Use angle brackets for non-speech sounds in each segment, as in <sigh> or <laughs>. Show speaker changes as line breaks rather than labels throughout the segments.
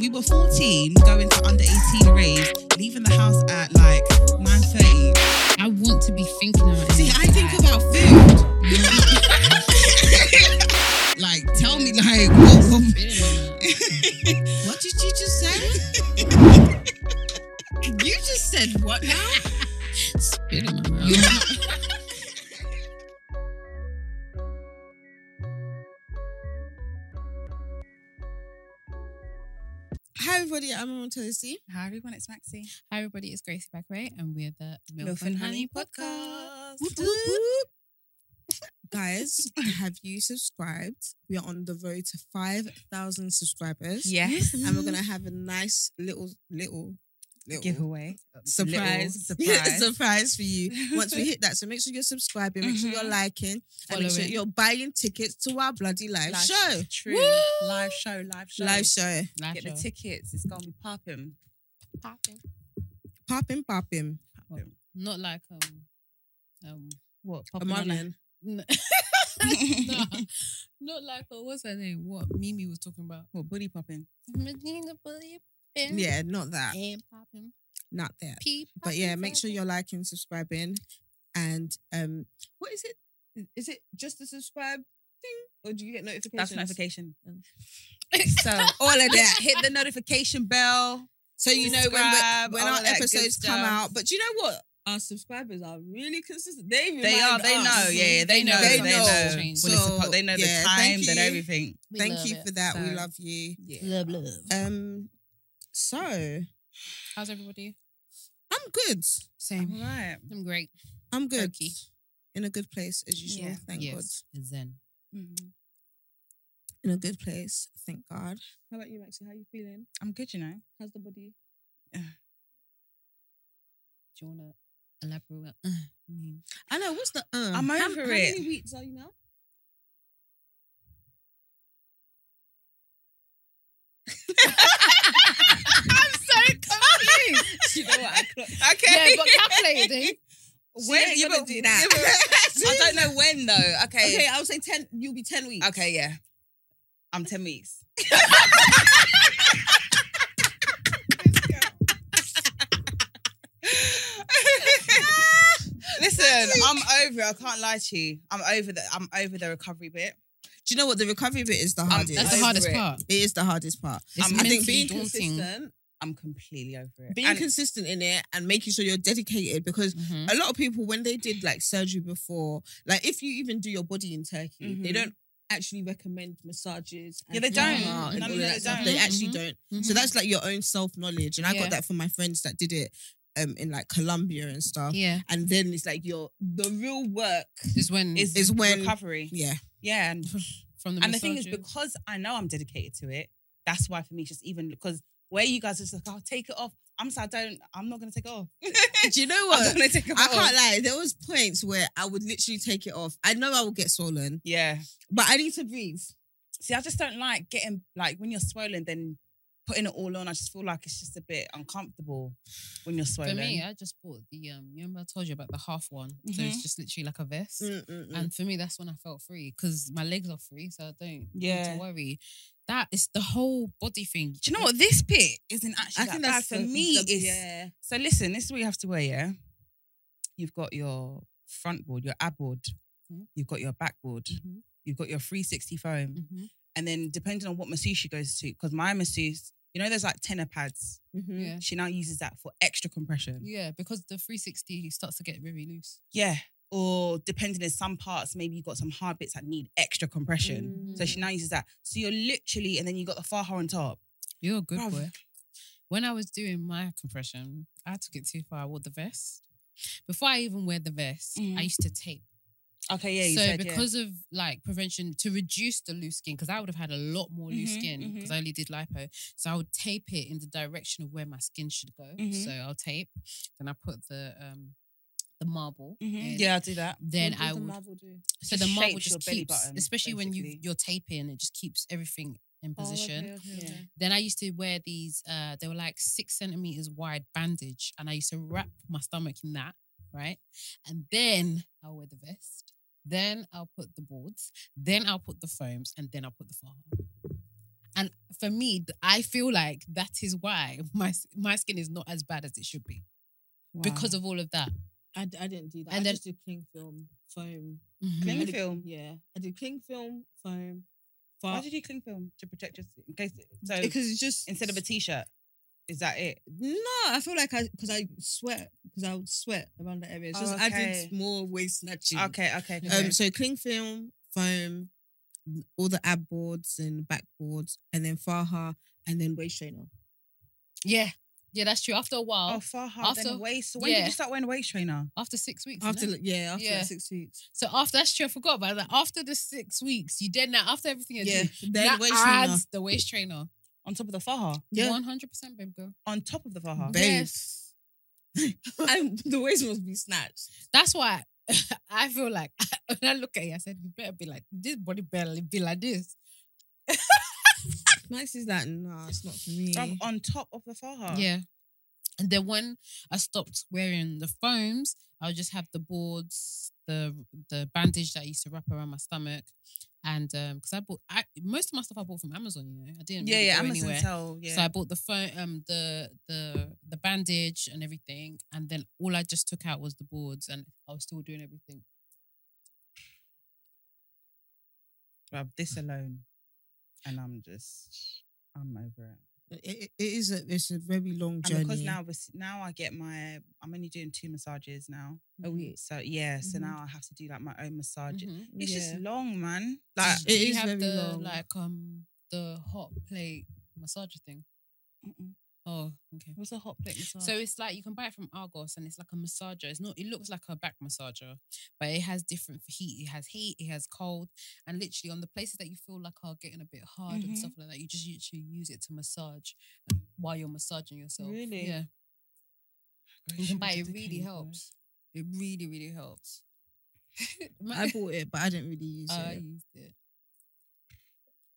we were 14, going to under 18 raves, leaving the house at like 9.30.
I want to be thinking about it.
See, I think about
<laughs>
food. like, tell me, like, what, what-
What did you just say? you just said what now?
Spit in my mouth.
Hi everybody, I'm Mama Tennessee.
Hi everyone, it's Maxie.
Hi, everybody. It's Gracie Bagway, and we're the Milk,
Milf
and
and
Honey
Honey
Podcast.
Whoop, whoop. Guys, have you subscribed? We are on the road to 5,000 subscribers.
Yes,
And we're going to have a nice little, little, little <laughs>
giveaway
surprise.
Little surprise.
surprise for you once we hit that. So make sure you're subscribing, make sure you're liking, and make sure
Following.
you're buying tickets to our bloody live,
Live
show.
True. Live show. Live show.
Live show.
Live
Get the
show.
tickets. It's gonna be popping.
Popping, popping.
Not like um um what Papa <laughs> Nana.
Amarian.
No. No. Not like uh, what's her name? What Mimi was talking about.
What booty popping?
Medina Bully Ben.
Yeah, not that.
And popping.
Not that.
P.
But yeah,
popping,
make sure
popping.
you're liking, subscribing, and um, what is it? Is it just the subscribe thing, or do you get notifications?
That's notification.
Mm. <laughs>
so all of that. Hit <laughs> the notification bell.
So you know when we're-
Subscribe,
when
all
our
of that good
episodes come
stuff.
out. But you know what? Our subscribers are really consistent. They
They
remind
are. They
us.
know. Yeah, yeah, they know.
They
They know.
know.
When it's
So,
suppo- they know
yeah,
the
thank
time and
you.
everything.
We
Thank
love
you
it.
for that. We
So- Mm-hmm.
love you.
Yeah.
Love, love.
Um, so I'm
How's everybody?
good.
Same.
Right.
I'm great.
I'm good.
Okay.
In a good place as usual.
Yeah.
Thank
yes. Zen.
Mm-hmm.
God. In a good place. Thank God. How about you, Maxie? How you feeling?
I'm good. You know.
How's the body?
Do you wanna elaborate? Uh, <laughs> I mean,
I know. What's the um?
I'm
how,
over
how
it.
many weeks are you now?
I'm so confused. <laughs> you know what? I clocked- okay. <laughs>
<laughs> yeah, but calculate it.
She
When
ain't
you
gonna
but-
do that.
yeah,
<laughs>
but- <laughs> I don't know when though.
Okay,
Okay.
I would say ten. You'll be ten weeks.
Okay. yeah. I'm ten weeks. <laughs> Listen, I'm over. it. I can't lie to you. I'm over the. I'm over the recovery bit.
Do you know what the recovery bit is Um, the hardest?
That's
Over
the hardest
it.
part.
it is the hardest part.
It's
I'm-
I think
mentally
being
daunting.
consistent,
I'm completely over it.
being
And-
consistent in it, and making sure you're dedicated because.
Mhm.
A lot of people, when they did like surgery before, like if you even do your body in Turkey, they
Mhm.
don't actually recommend massages. And
Yeah, they don't.
sauna and
No,
all
no,
of
no,
that
they
stuff.
don't.
They actually
Mhm.
don't. Mm-hmm. So
Mhm.
that's like your own self knowledge, and I
Yeah.
got that from my friends that did it, um, in like Colombia and stuff.
yeah.
And then it's like your the real work
Is when
is,
is when-
recovery.
Yeah.
Yeah, and
from the
and the thing is
massages.
because I know I'm dedicated to it. That's why for me, it's just even because where you guys are just like, I'll take it off. I'm just, I don't. I'm not gonna take it off.
<laughs>
<laughs>
Do you know
I'm not gonna take it
I
off.
can't lie. There was points where I would literally take it off. I know I would get swollen,
Yeah.
but I need to breathe.
See, I just don't like getting like when you're swollen, then putting it all on. I just feel like it's just a bit uncomfortable when you're swollen.
For me, I just bought the um. You remember I told you about the half one, so
Mm-hmm.
it's just literally like a vest.
Mm-mm-mm.
And for me, that's when I felt free because my legs are free, so I don't need
Yeah.
to worry. That is the whole body thing.
Do you know what this bit isn't actually
I
that
think
bad
that's
for
the-
me.
the-
it's,
yeah.
So listen, this is what you have to wear. Yeah, you've got your front board, your ab board,
Mm-hmm.
Mhm.
you've got your back board,
Mhm.
you've got your 360 foam,
Mhm.
and then depending on what masseuse she goes to, because my masseuse, you know, there's like tenor pads.
Mhm.
Yeah,
She now uses that for extra compression.
yeah, because the 360 starts to get really loose.
Yeah. Or depending on some parts, maybe you've got some hard bits that need extra compression. So
Mm.
she now
Mm.
uses that. So you're literally, and then you got the faja on top.
You're a good
Bruv.
boy. When I was doing my compression, I took it too far. I wore the vest. Before I even wear the vest, I
Mhm.
used to tape.
Okay, yeah, you
so
said, yeah.
because of like prevention to reduce the loose skin, because I would have had a lot more loose
Mhm,
skin because I only did lipo. So I would tape it in the direction of where my skin should go.
Mhm.
So I'll tape, then I put the um the marble.
Mhm.
in.
Yeah, I do that.
Then
What does
I
the
would.
marble do?
so
Just
the marble
shapes your
just
belly
keeps,
button,
especially when you
basically.
you're taping, it just keeps everything in
Oh, okay,
position.
okay,
Yeah.
okay.
Then I used to wear these, uh, they were like six centimeters wide bandage, and I used to wrap my stomach in that, right? And then I'll wear the vest. Then I'll put the boards. Then I'll put the foams, and then I'll put the far. And for me, th- I feel like that is why <laughs> my s- my skin is not as bad as it should be because of all of that.
I, d- I didn't do that.
And
I
then-
just did cling film, foam.
Mhm.
cling
did-
film.
Yeah, I did cling film, foam,
Why
far.
did you cling film to protect your in case? So
Because it's just
instead of a t-shirt, is that it?
No, I feel like I because I sweat because I would sweat around that area. It's
Oh,
just
okay.
added more weight snatching.
Okay, okay. okay.
Okay.
Um, so cling film, foam, all the ab boards and back boards, and then Faha, and then waist trainer.
Yeah, yeah, that's true. After a
oh,
while,
far hard
after-
than waist. So when did
yeah.
you start wearing a waist trainer?
after six weeks,
After
innit?
like, yeah, after like,
Yeah.
six weeks.
So after that's true. I forgot about that. After the six weeks, you then now after everything you
Yeah,
did,
then
that
waist
adds
trainer.
the waist trainer.
On top of the faha?
Yeah.
one hundred percent, babe girl.
On top of the faha?
Ba- Babe.
<laughs>
Yes,
and the waist must be snatched.
that's why <laughs> I feel like <laughs> when I look at you, I said you better be like this body better be like this.
Max is like, nah, it's not for me.
Bruv, on top of the faha?
Yeah. And then when I stopped wearing the foams, I would just have the boards, the the bandage that I used to wrap around my stomach, and um, because I bought I, most of my stuff I bought from Amazon, you know, I didn't
Yeah,
really
yeah.
go
Amazon
anywhere.
tell. Yeah.
So I bought the phone, um, the the the bandage and everything, and then all I just took out was the boards, and I was still doing everything.
Bruv, this alone, and I'm just, I'm over it.
It, it- it is a, it's a very long
And
journey.
because now, we're s- now I get my, I'm only doing two massages now.
Oh yeah.
So yeah, so
Mhm.
Mm-hmm.
now I have to do like my own massage.
Mhm.
It's
Yeah.
just long, man. Like,
Like,
Do
it
you
is
have
very
the
long.
like um the hot plate massage thing.
mm-mm.
Oh, okay.
what's a hot plate massage?
So it's like you can buy it from Argos, and it's like a massager. It's not. It looks like a back massager, but it has different for heat. It has heat. It has cold, and literally on the places that you feel like are getting a bit hard and
Mhm.
stuff like that, you just literally use it to massage um, while you're massaging yourself.
Really?
Yeah.
Gosh,
<laughs> You can buy
you're
it really
dedicated, bruv.
helps. It really, really helps.
<laughs>
<laughs>
I bought it, but I didn't really use
I
it.
used it.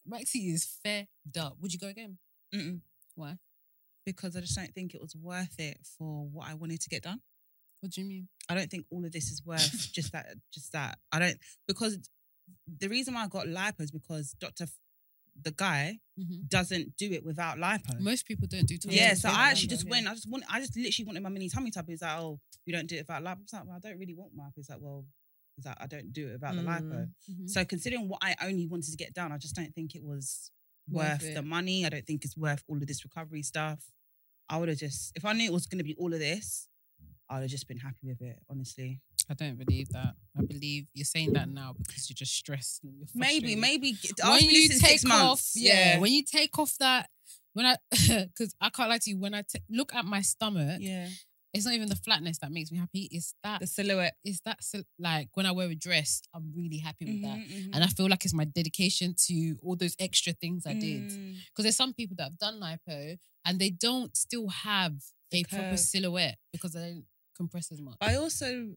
Maxi is fed up. Would you go again?
Mm-mm.
Why?
Because I just don't think it was worth it for what I wanted to get done.
What do you mean?
I don't think all of this is
<laughs>
worth just that. Just that. I don't because the reason why I got lipo is because Doctor, the guy
Mhm.
doesn't do it without lipo.
Most people don't do.
yeah, so I
yeah,
actually
lipo,
just
yeah.
went. I just want. I just literally wanted my mini tummy tub. He's like, oh, you don't do it without lipo. It's like, well, I don't really want lipo. It's like, well, it's like I don't do it without the
Mm,
lipo.
Mm-hmm.
So considering what I only wanted to get done, I just don't think it was
Worth
worth,
it.
the money. I don't think it's worth all of this recovery stuff. I would have just, if I knew it was going to be all of this, I would have just been happy with it, honestly.
I don't believe that. I believe you're saying that now because you're just stressed. And you're
Maybe,
frustrated.
maybe g- ask
when
me
you
this in
take
six
off,
months.
yeah, When you take off that, when I, <laughs> because I can't lie to you, when I t- look at my stomach,
yeah.
it's not even the flatness that makes me happy. It's that
silhouette.
is that so, like when I wear a dress, I'm really happy with that.
Mhm,
And I feel like it's my dedication to all those extra things I
mhm.
did.
Mm.
Because there's some people that have done lipo and they don't still have a proper
curve.
silhouette because they don't compress as much.
But
Oh,
I also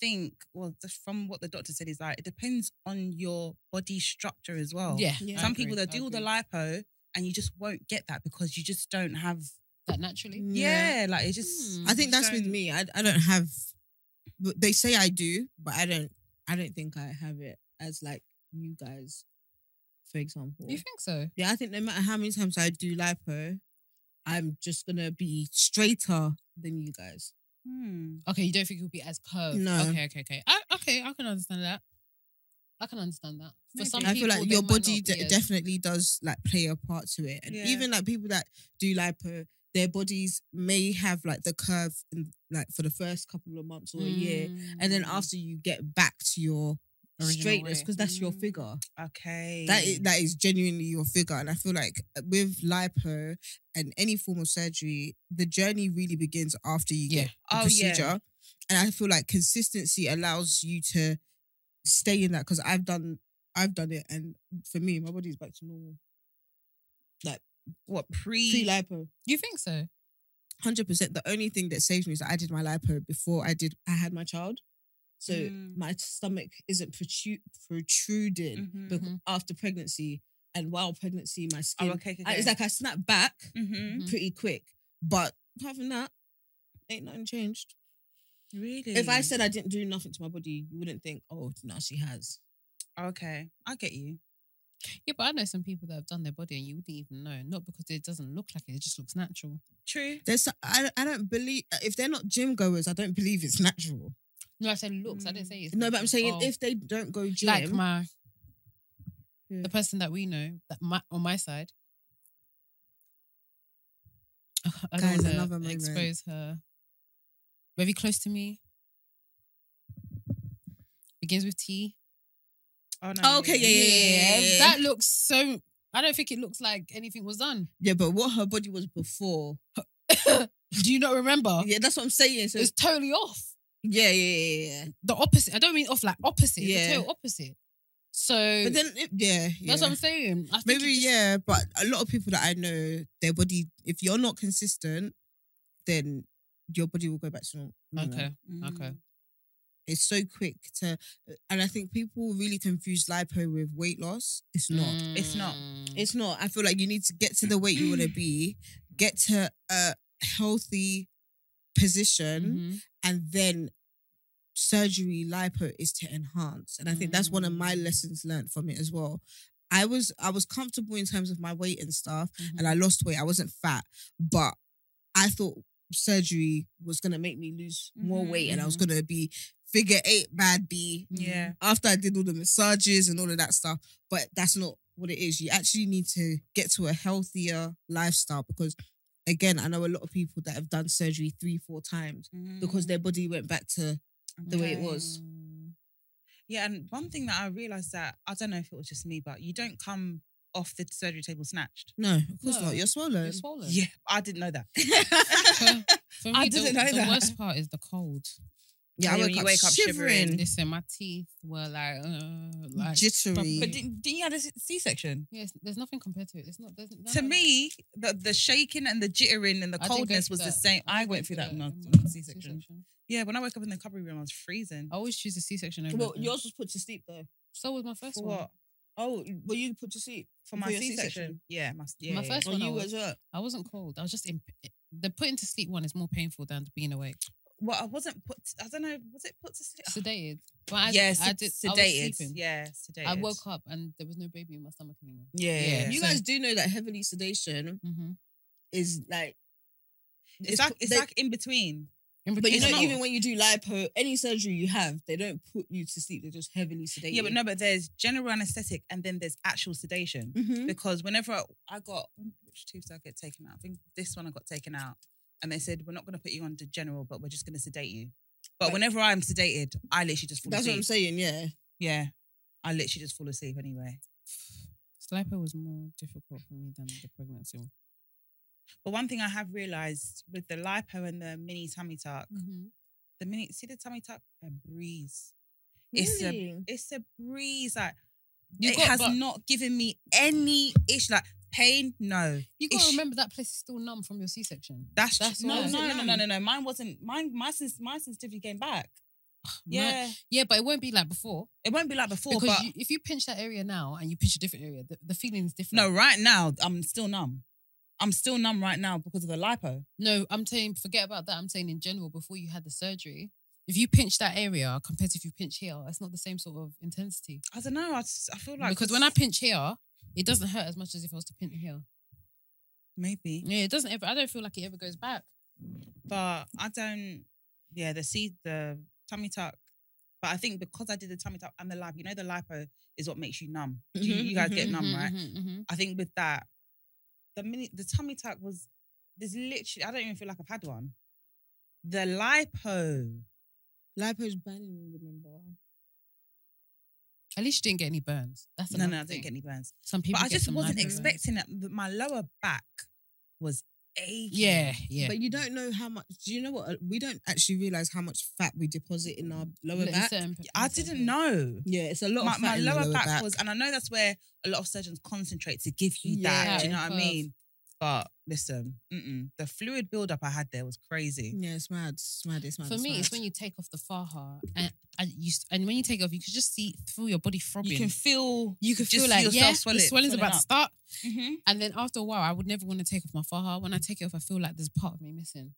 think, well, just from what the doctor said, is like it depends on your body structure as well.
yeah.
Yeah.
I
Some
agree,
people that
I
do all the
agree.
lipo and you just won't get that because you just don't have.
that naturally.
Yeah, like it just.
Hmm.
Mm, I think that's
don't-
with me. I, I don't have. but They say I do, but I don't.
I don't think I have it as like you guys, for example.
You think so?
Yeah, I think no matter how many times I do lipo, I'm just gonna be straighter than you guys.
Hmm.
Okay, you don't think you'll be as curved.
No.
Okay, okay, okay. I, okay, I can understand that. I can understand that. For
Maybe.
some
I feel
people,
like
they
your
might not
body
be
de-
as-
definitely does like play a part to it, and
Yeah.
even like people that do lipo, their bodies may have like the curve in, like for the first couple of months or a year, and then
Mm.
after you get back to your
Original
straightness
weight.
because that's your
Mm.
figure.
Okay.
That is, that is genuinely your figure, and I feel like uh, with lipo and any form of surgery, the journey really begins after you
Yeah.
get the
Oh, yeah.
procedure. And I feel like consistency allows you to stay in that because I've done I've done it, and for me, my body's back to normal.
what
Pre
pre
lipo,
You think so?
Mm-hmm. hundred percent. The only thing that saves me is that I did my lipo before I did I had my child, so
Mm.
my stomach isn't protru- protruding
Mhm.
bec-
Mhm.
after pregnancy. And while pregnancy, my
Oh,
skin
okay. okay,
I- it's
okay.
like I snapped back
Mhm.
Mhm.
pretty quick. But apart from that, ain't nothing changed.
Really?
If
Mm.
I said I didn't do nothing to my body, you wouldn't think, oh, no, she has.
okay, I get you.
Yeah, but I know some people that have done their body and you wouldn't even know. Not because it doesn't look like it, it just looks natural.
True.
There's so- I, I don't believe if they're not gym goers, I don't believe it's natural.
No, I said looks. I didn't say it's
Mm. No, but I'm
natural.
saying
Oh.
if they don't go gym,
like my
Yeah.
the person that we know that my on my side. <laughs> I don't
Guys,
wanna
another moment.
expose her. Very close to me. Begins with T.
Oh no.
Oh, okay, yeah, yeah, yeah, yeah, yeah.
That looks so. I don't think it looks like anything was done. <laughs>
yeah, but what her body was before,
Do you not remember?
yeah, that's what I'm saying. So
It's totally off.
yeah, yeah, yeah, yeah.
The opposite. I don't mean off like opposite. Yeah. It's
Yeah.
the total opposite. So
But then, it, yeah, yeah.
that's what I'm saying. I think
Maybe
it just-
yeah, but a lot of people that I know, their body, if you're not consistent, then your body will go back to normal.
Okay.
Mm-hmm.
Okay.
It's so quick to, and I think people really confuse lipo with weight loss. It's not.
It's not.
Mm.
It's not. I feel like you need to get to the weight you want to be, get to a healthy position,
Mhm.
and then surgery lipo is to enhance. And I think that's one of my lessons learned from it as well. I was I was comfortable in terms of my weight and stuff, and I lost weight. I wasn't fat, but I thought surgery was gonna make me lose more
Mhm,
weight, and I was
mhm.
gonna be figure eight bad B
Yeah.
after I did all the massages and all of that stuff. But that's not what it is. You actually need to get to a healthier lifestyle because, again, I know a lot of people that have done surgery three, four times
Mm-hmm.
Mm-hmm.
because
Mm.
their body went back to the way it was.
Yeah, and one thing that I realized that I don't know if it was just me, but you don't come off the surgery table snatched.
No, of course
No,
not. You're swollen.
You're swollen.
Yeah, I didn't know that.
<laughs>
<laughs>
For
I
me, the-
didn't know
the,
that. Mm-hmm.
worst part is the cold.
yeah, I
Yeah,
woke
when you
up
wake up shivering.
shivering,
Listen, my teeth were like, uh, like
jittery.
<laughs> But didn't, didn't you have a C section?
Yes, there's nothing compared to it. It's not. There's,
To
no.
me, the, the shaking and the jittering and the
I did go
coldness
through
was the
that.
same. I
did go
went through that
in
when I was
my
on a C section.
C-section. Oh,
Yeah, when I woke up in the recovery room, I was freezing.
I always choose a C-section over.
Well,
everything.
yours was put to sleep though.
So was my first
For
one.
what?
Oh, were you put to sleep?
For my
your
C section?
C-section?
Yeah, my, yeah.
My
yeah.
first
Oh,
Or
one I
you
was-
as well?
I wasn't cold. I was just in. The putting to sleep one is more painful than being awake.
Well, I wasn't put. I don't know. Was it put to sleep?
Sedated. But I,
yes,
I did. I was
sedated.
sleeping.
yeah, sedated.
I woke up and there was no baby in my stomach anymore.
Yeah, yeah.
Yeah.
You
so-
guys do know that heavily sedation
Mm-hmm.
is like.
It's, like
put-
it's
they-
like in between.
But you
it's
know,
not.
even when you do lipo, any surgery you have, they don't put you to sleep. They just heavily sedate.
Yeah, but
you.
no, but there's general anesthetic and then there's actual sedation.
Mm-hmm.
Mhm.
Because whenever I, I got which tooth did I get taken out? I think this one I got taken out, and they said we're not going to put you under general, but we're just going to sedate you. But
Right.
whenever I'm sedated, I literally just fall
That's what
asleep.
I'm saying. Yeah.
yeah, I literally just fall asleep anyway.
Slipo was more difficult for me than the pregnancy one.
But one thing I have realized with the lipo and the mini tummy tuck,
Mm.
Mm-hmm.
the mini see the tummy tuck, a breeze. It's a
Really?
it's a breeze. Like
You
it
got-
has
but-
not given me any issue. Like pain, no.
You gotta
Ish.
remember that place is still numb from your C-section.
That's,
That's
that's no,
why.
no,
Was it
no, no, no, no. Mine wasn't. Mine, my sens- my sensitivity came back.
Right.
Yeah,
Yeah, but it won't be like before.
it won't be like before.
because
but
you, if you pinch that area now and you pinch a different area, the, the feeling is different.
no, right now I'm still numb. I'm still numb right now because of the lipo.
no, I'm saying forget about that. I'm saying in general, before you had the surgery, if you pinch that area compared to if you pinch here, it's not the same sort of intensity.
I don't know. I, just, I feel like
because when I pinch here, it doesn't hurt as much as if I was to pinch here.
<laughs> maybe,
Yeah, it doesn't ever. I don't feel like it ever goes back.
but I don't. Yeah, the see the tummy tuck. But I think because I did the tummy tuck and the lipo, you know, the lipo is what makes you numb. Do you,
Mhm,
you guys get
Mhm,
numb, right?
mhm, mhm.
I think with that, the mini the tummy tuck was there's literally I don't even feel like I've had one. The lipo.
Lipo's banning, remember?
At least you didn't get any burns. That's
No, no,
another
I
thing.
didn't get any burns.
Some people.
But I
get
just
some
wasn't
lipo burns.
expecting that. But My lower back was aching.
Yeah, yeah.
But you don't know how much. Do you know what? uh, We don't actually realize how much fat we deposit in our lower
Look,
back.
certain-
I
certain
didn't
things.
know.
Yeah, it's a lot.
My,
of fat
my
in the
lower, back, was, and I know that's where a lot of surgeons concentrate to give you that. Do you know
Yeah.
what I
Curve.
mean? But listen, mm-mm, the fluid buildup I had there was crazy.
Yeah, it's mad. It's mad. It's mad.
For me,
<laughs>
it's when you take off the faha and and you s- and when you take off, you can just see through your body throbbing.
You can feel.
You can
just
feel
see
like
yourself
yeah,
swelling-
the swelling's
swelling
about to
up.
start.
Mhm.
And then after a while, I would never want to take off my faha. When I take it off, I feel like there's part of me missing.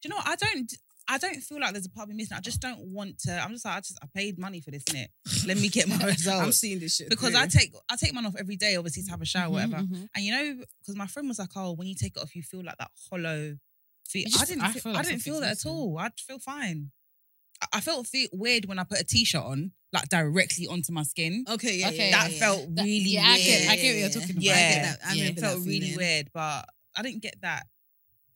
Do you know what? I don't. I don't feel like there's a part of me missing. I just don't want to. I'm just like, I just I paid money for this, innit? Let me <laughs>
<laughs>
get my
I'm
results.
seeing this shit
because
through.
I take I take mine off every day, obviously to have a shower,
Mhm,
whatever.
mhm.
And you know, because my friend was like, "Oh, when you take it off, you feel like that hollow feel."
You just-
I didn't.
I
feel,
feel
I
like
didn't feel that
something's
at all. I feel fine. I, I felt fe- weird when I put a t-shirt on, like directly onto my skin.
okay, yeah,
Okay,
yeah,
that
yeah, yeah.
felt
That-
really
Oh, yeah, I
weird.
get, I get what you're talking about.
Yeah,
I get that.
yeah.
I
it
remember that
felt really
feeling.
weird, but I didn't get that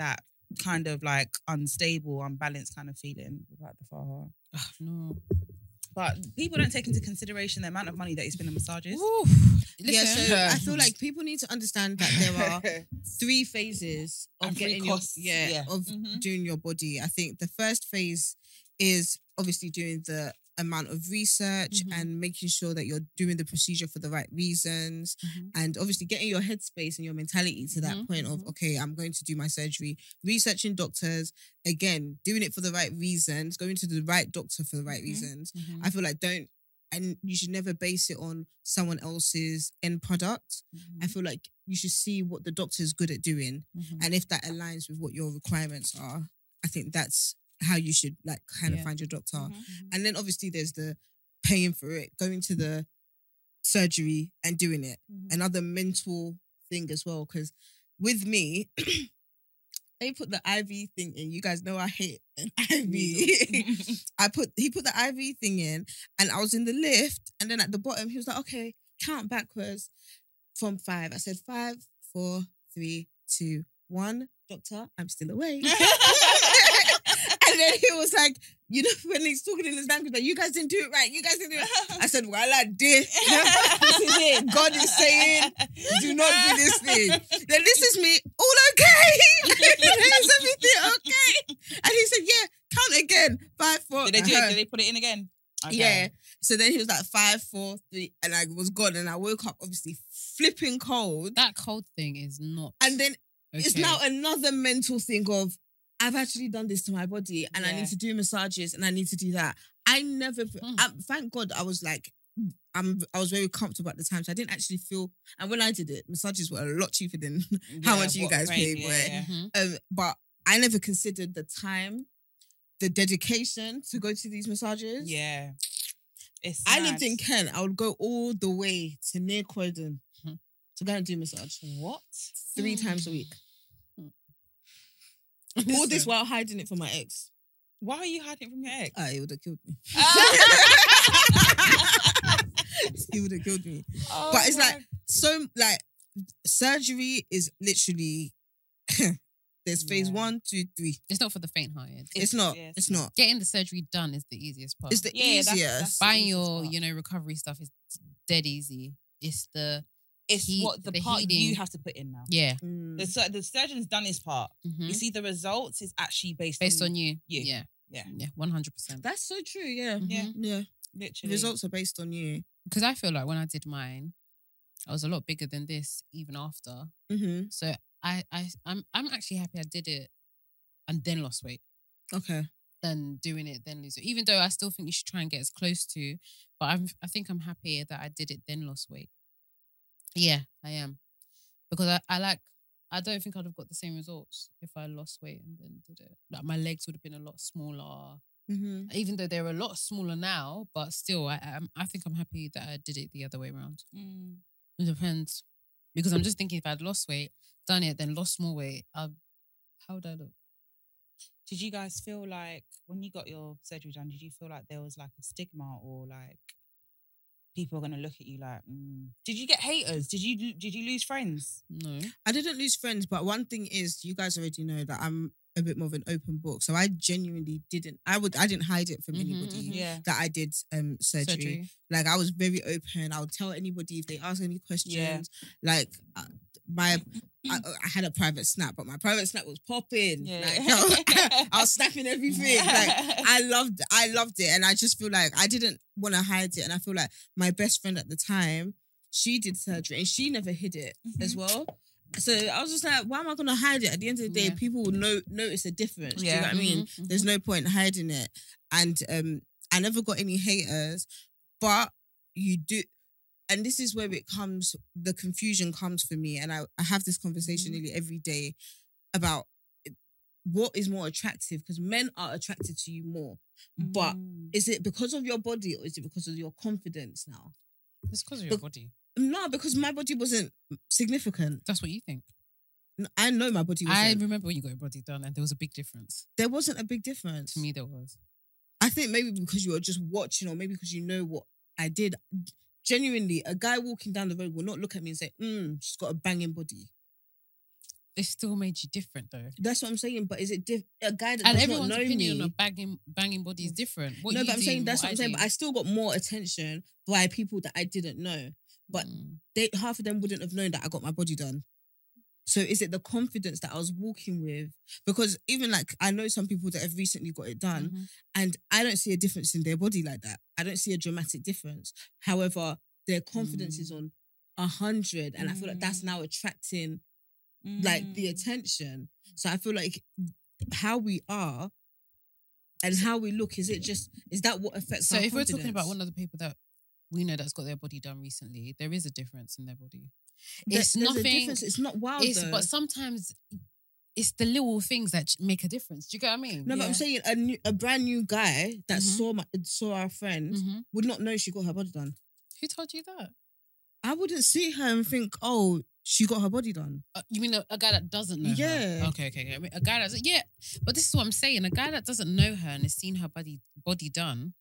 that kind of like unstable, unbalanced kind of feeling without the faha.
Ugh, no.
But people don't take into consideration the amount of money that you spend on massages.
Oof.
Yeah,
Listen.
so I feel like people need to understand that there
<laughs>
<laughs> are three phases of
And three
getting
costs,
your yeah,
yeah.
of
Mhm.
doing your body. I think the first phase is obviously doing the amount of research
Mhm.
and making sure that you're doing the procedure for the right reasons
Mhm.
and obviously getting your headspace and your mentality to that
Mhm,
point of
mhm.
okay i'm going to do my surgery researching doctors again doing it for the right reasons going to the right doctor for the right
Mhm.
reasons
Mhm.
i feel like don't and you should never base it on someone else's end product
mm-hmm,
I feel like you should see what the doctor is good at doing,
Mhm.
and if that aligns with what your requirements are, I think that's how you should like kind
Yeah.
of find your doctor.
Mhm.
And then obviously there's the paying for it, going to the surgery and doing it,
Mhm.
another mental thing as well. Because with me, <clears throat> they put the IV thing in. You guys know I hate an <laughs> IV. I put he put the IV thing in, and I was in the lift, and then at the bottom he was like, "Okay, count backwards from five. I said five, four, three, two, one. Doctor, I'm
<laughs>
still awake. <laughs> and then he was like, "You know, <laughs> when he's talking in his language, like you guys didn't do it right. You guys didn't do it." I said, "Well, I
<laughs>
did. <laughs> <laughs> this is it. God is saying." Do not do this thing. Then this is me, all okay. <laughs> is everything okay? And he said, Yeah, count again. Five,
<laughs>
four.
Did they do it?
uh-huh.
Did they put it in again? Okay.
Yeah. So then he was like five, four, three, and I was gone. And I woke up obviously flipping cold.
<laughs> that cold thing is not.
And then it's
okay.
now another mental thing of I've actually done this to my body and I
Yeah.
need to do massages and I need to do that. I never
Mm.
I, thank God I was like I'm I was very comfortable at the time. So I didn't actually feel and when I did it, massages were a lot cheaper than <laughs> How much you
what
guys
rate,
pay for it? <laughs>
yeah.
Mhm.
um, but I never considered the time, the dedication to go to these massages.
Yeah. It's
I lived
mad.
in Kent. I would go all the way to near Croydon
Hmm.
Mhm.
to go and do massage
What?
three times a week.
Hmm.
<laughs> All this
Listen.
while hiding it from my ex.
Why are you hiding from your
<laughs>
ex?
Ah, he would have killed me. he would have killed me.
Oh
But it's
my
like- So like surgery is literally <laughs> there's phase
Yeah.
one, two, three.
It's not for the faint-hearted.
It's, not.
yeah, it's
It's not.
Getting the surgery done is the easiest part.
It's the
Yeah, that's-
easiest.
that's-
Buying
easiest
your,
part.
you know, recovery stuff is dead easy. It's the
it's
heat-
what the,
the
part you
heating.
have to put in now.
yeah.
Mm.
The, sur- the surgeon's done his part.
Mhm.
You see, the results is actually based,
Based on you.
you.
Yeah.
Mm-hmm. Yeah.
Yeah. One hundred percent.
That's so true. Yeah.
Yeah.
Yeah.
Mm-hmm. literally
Results are based on you.
Because I feel like when I did mine, I was a lot bigger than this even after.
Mm-hmm.
So I, I, I'm, I'm actually happy I did it, and then lost weight.
Okay.
than doing it then lose it. Even though I still think you should try and get as close to, but I'm I think I'm happier that I did it then lost weight. Yeah, I am. Because I, I like I don't think I'd have got the same results if I lost weight and then did it. Like my legs would have been a lot smaller.
Mm-hmm.
Even though they're a lot smaller now, but still I am I think I'm happy that I did it the other way around.
Mm.
It depends. Because I'm just thinking if I'd lost weight, done it, then lost more weight, I how would I look?
Did you guys feel like when you got your surgery done? Did you feel like there was like a stigma or like people are gonna look at you like? Mm. Did you get haters? Did you did you lose friends?
No.
I didn't lose friends, but one thing is, you guys already know that I'm a bit more of an open book. So I genuinely didn't. I would. I didn't hide it from
Mhm,
anybody
mhm.
Mm-hmm, Yeah,
that I did um surgery.
Surgery.
Like I was very open. I would tell anybody if they ask any questions. Like uh, my.
<laughs>
I, I had a private snap, but my private snap was popping.
Yeah. <laughs>
Like, <laughs> I was snapping everything. Like I loved I loved it and I just feel like I didn't want to hide it and I feel like my best friend at the time she did surgery and she never hid it
Mm-hmm.
as well so I was just like why am I going to hide it at the end of the day
Yeah.
people will know notice a difference do you know
Yeah.
what I mean
Mhm, mhm.
there's no point hiding it and um I never got any haters but you do and this is where it comes the
Mm-hmm.
confusion comes for me and I, I have this conversation nearly every day about what is more attractive? Because men are attracted to you more. But
Mm.
is it because of your body or is it because of your confidence now?
It's because of your
Bec-
body.
No, because my body wasn't significant.
That's what you think.
N- I know my body
I
wasn't.
remember when you got your body done, and there was a big difference.
there wasn't a big difference.
To me, there was.
I think maybe because you were just watching, or maybe because you know what I did. Genuinely, a guy walking down the road will not look at me and say, mm, she's got a banging body.
It still made you different, though.
That's what I'm saying. But is it diff- a guy that
And
does not
everyone's
know
opinion
me? Mm.
on banging banging body is different. What
no,
you
but I'm
do,
saying that's what I'm saying.
do.
But I still got more attention by people that I didn't know. but-
Mm.
They half of them wouldn't have known that I got my body done. So is it the confidence that I was walking with? Because even like I know some people that have recently got it done,
Mhm.
and I don't see a difference in their body like that. I don't see a dramatic difference. However, their confidence
Mm.
is on a hundred, and I feel like that's now attracting like the
Mm.
attention. So I feel like how we are and how we look is it just is that what affects?
So
our
if we're talking about
confidence?
one of the people that we know that's got their body done recently, there is a difference in their body.
There-
It's
there's a
nothing.
difference. It's not wild.
It's
though.
but sometimes it's the little things that ch- make a difference. Do you get what I mean?
no, but I'm
yeah.
saying a new, a brand new guy that
Mhm.
saw my saw our friend
Mhm.
would not know she got her body done.
Who told you that?
I wouldn't see her and think, oh, she got her body done.
Uh, you mean a, a guy that doesn't know? her?
Yeah.
Okay, okay, okay. I mean, a guy that's yeah, but this is what I'm saying. A guy that doesn't know her and has seen her body body done,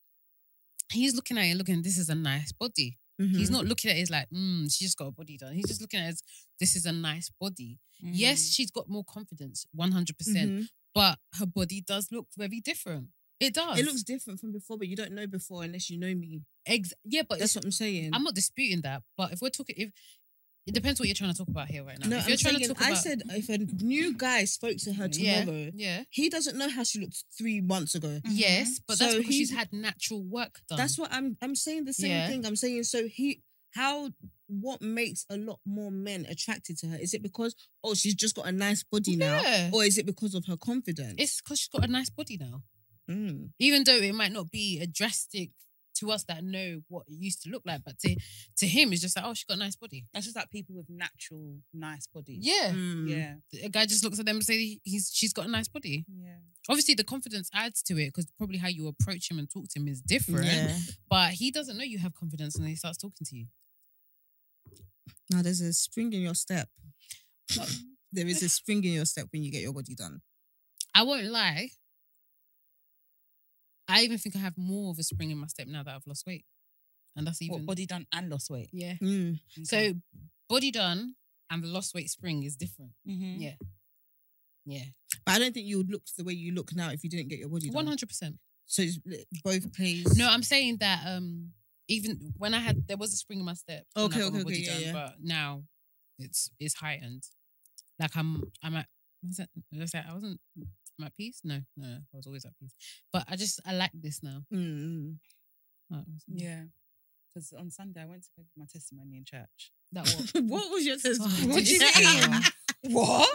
he's looking at it looking. This is a nice body.
Mm-hmm.
He's
Hmm.
not looking at it as like, mm, she just got a body done. He's just looking at it as this is a nice body. Mm-hmm.
Hmm.
Yes, she's got more confidence, one hundred percent.
Mhm.
But her body does look very different. It does.
It looks different from before, but you don't know before unless you know me.
ex- yeah, but it's
That's what I'm saying.
I'm not disputing that, but if we're talking, if it depends what you're trying to talk about here right now.
no,
if
I'm
you're trying
saying,
to talk
I
about,
said if a new guy spoke to her
Yeah.
tomorrow,
yeah,
he doesn't know how she looked three months ago.
Mhm.
yes, but that's
Mm-hmm. So
because she's
he's-
had natural work done.
That's what I'm. I'm saying the same
Yeah.
thing. I'm saying so he how what makes a lot more men attracted to her is it because oh she's just got a nice body now
yeah.
or is it because of her confidence?
It's because she's got a nice body now,
Mm.
even though it might not be a drastic to us that know what it used to look like, but to to him, it's just like, oh, she got a nice body.
That's just like people with natural, nice bodies.
Yeah,
Mm.
Yeah.
a guy just looks at them and say he's she's got a nice body.
Yeah.
Obviously, the confidence adds to it because probably how you approach him and talk to him is different.
Yeah.
But he doesn't know you have confidence, and then he starts talking to you.
Now there's a spring in your
<laughs>
step. there is a spring in your step when you get your body done.
I won't lie. I even think I have more of a spring in my step now that I've lost weight, and that's even
What, body done and lost weight.
yeah.
Mm.
So body done and the lost weight spring is different.
mm-hmm.
Yeah. Yeah,
But I don't think you would look the way you look now if you didn't get your body
one
done.
hundred percent.
So it's li- both plays.
No, I'm saying that um even when I had there was a spring in my step. when I
Okay,
got my
okay,
body
okay, yeah, yeah.
But now it's it's heightened. Like I'm I'm at was that, was that I wasn't I'm at peace? No, no, no, I was always at peace. But I just I like this now. Oh,
Mm.
Like,
Yeah. Because on Sunday, I went to go give my testimony in
<laughs>
church.
That what
<laughs> what was <laughs> your test?
Oh,
what do you
this
mean?
girl.
What?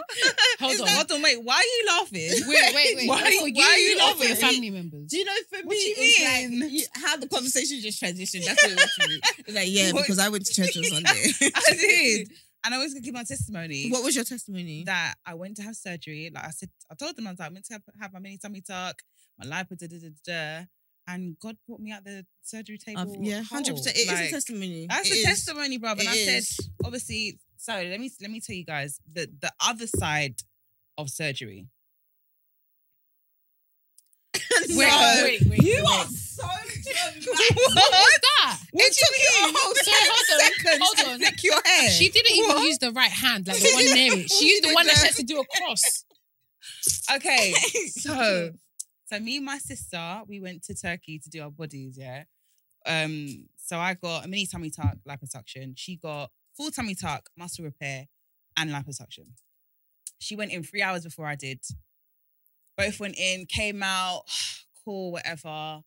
Hold
Is
on.
that- <laughs> hold on, wait. Why are you laughing?
Wait, wait, wait.
Why,
That's
why
what
are you
do for
laughing?
your family members?
<laughs> Do you know for
What
me,
do you
it's
mean?
like you- how the conversation just transitioned. That's what it was for me. <laughs> <laughs> It's like, yeah,
What-
because <laughs> I went to
<laughs>
church on Sunday.
I did. And I always give my testimony.
<laughs> what was your testimony?
that I went to have surgery. Like I said, I told them I was like, I meant to have, have my mini tummy tuck, my lipo, da da da da. da, And God brought me out the surgery
Of-
table.
yeah, hundred percent. It is
Like,
a testimony.
That's
It
a
is.
testimony, bruv. And
It
I
is. <laughs>
said, obviously, so let me let me tell you guys the the other side of surgery.
Wait,
No.
wait, wait.
You
wait,
are
wait.
so
<laughs> What
dramatic.
<laughs>
was that?
It took you a whole
So, hold on,
seconds
hold
to
on.
flick your hair.
<laughs>
She didn't even
What?
use the right hand,
<laughs>
like the one near it. She used the one that she had to do a cross. <laughs>
Okay, so so me and my sister, we went to Turkey to do our bodies, yeah. Um, so I got a mini tummy tuck, liposuction. She got full tummy tuck, muscle repair, and liposuction. She went in three hours before I did. Both went in, came out, <sighs> cool, whatever.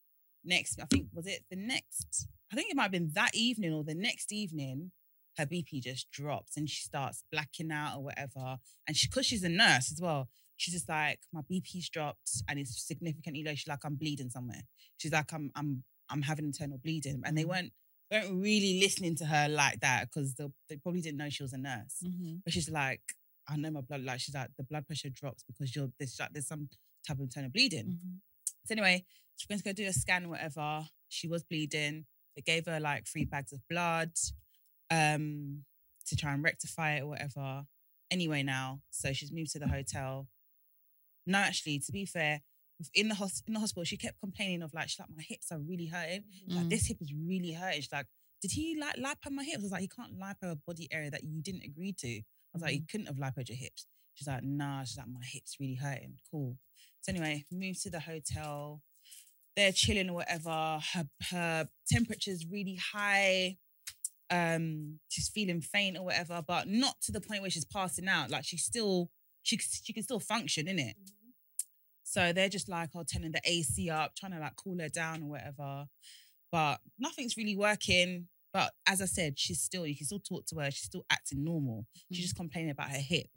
Next, I think was it the next? I think it might have been that evening or the next evening. Her BP just drops and she starts blacking out or whatever. And she, because she's a nurse as well, she's just like, my BP's dropped and it's significantly low. She's like, I'm bleeding somewhere. She's like, I'm, I'm, I'm having internal bleeding. And they weren't, weren't
Mm-hmm.
Mm-hmm.
really listening to her like that because they, they probably didn't know she was a nurse. But she's like, I know my blood, like she's like, the blood pressure drops because you're this like there's some type of internal bleeding. So anyway, she went to go do a scan, whatever. She was bleeding. They gave her like three bags of blood um, to try and rectify it or whatever. Anyway, now, so she's moved to the hotel. No, actually, to be fair, in the hos- in the hospital, she kept complaining of like, she's like, my hips are really hurting. Like
Mm-hmm.
Mm.
this hip is really hurting. She's like, did he like lipo my hips? I was like, he can't lipo a body area that you didn't agree to. I was like, he couldn't have lipoed your hips. She's like, nah. She's like, my hips really hurting. Cool. So anyway, moved to the hotel. They're chilling or whatever. Her her temperature's really high. Um, she's feeling faint or whatever, but not to the point where she's passing out. Like she's still she c- she can still function in it. So they're just like, oh, turning the AC up, trying to like cool her down or whatever. But nothing's really working. But as I said, she's still, you can still talk to her. She's still acting normal.
Mm-hmm.
She's just complaining about her hip.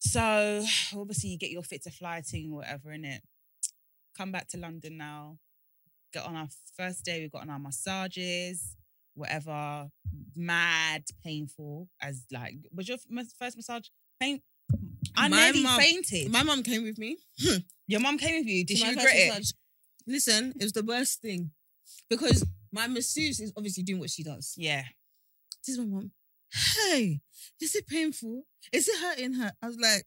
So <sighs> obviously you get your fit to fly thing or whatever in it. Come back to London now. Get on our first day, we got on our massages, whatever. Mad painful as like was your mas- first massage pain? I
My
nearly
mum-
fainted.
<laughs> My mum came with me.
Your mum came with you. Did she
to my
regret
first
it?
massage.
Listen, it was the worst thing because my masseuse is obviously doing what she does.
Yeah.
This is my mom. Hey, is it painful? Is it hurting her? I was like,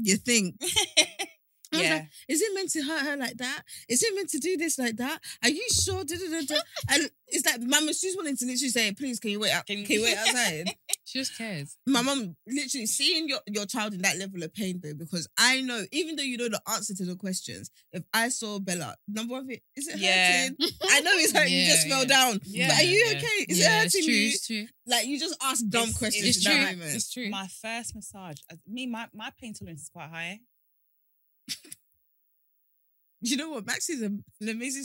you
<laughs>
think? I was
yeah.
like, is it meant to hurt her like that? Is it meant to do this like that? Are you sure? Da, da,
<laughs>
da, da. And it's like my masseuse wanted to literally say, please, can you wait out?
Can you-
Can you
<laughs>
wait outside?
She just cares.
my
My
mom
mum literally seeing your, your child in that level of pain though, because I know, even though you know the answer to the questions, if I saw Bella, number one thing, is it
Yeah.
hurting? I know it's hurting, you
Yeah,
just fell
yeah.
down.
Yeah,
but are you
yeah.
okay? Is
yeah,
it
it's
hurting
true,
you?
It's true.
Like you just ask dumb
It's-
questions
It's
in
true.
that moment.
It's <laughs> true.
My first massage. uh, Me, my, my pain tolerance is quite high.
You know what? Max is a, an amazing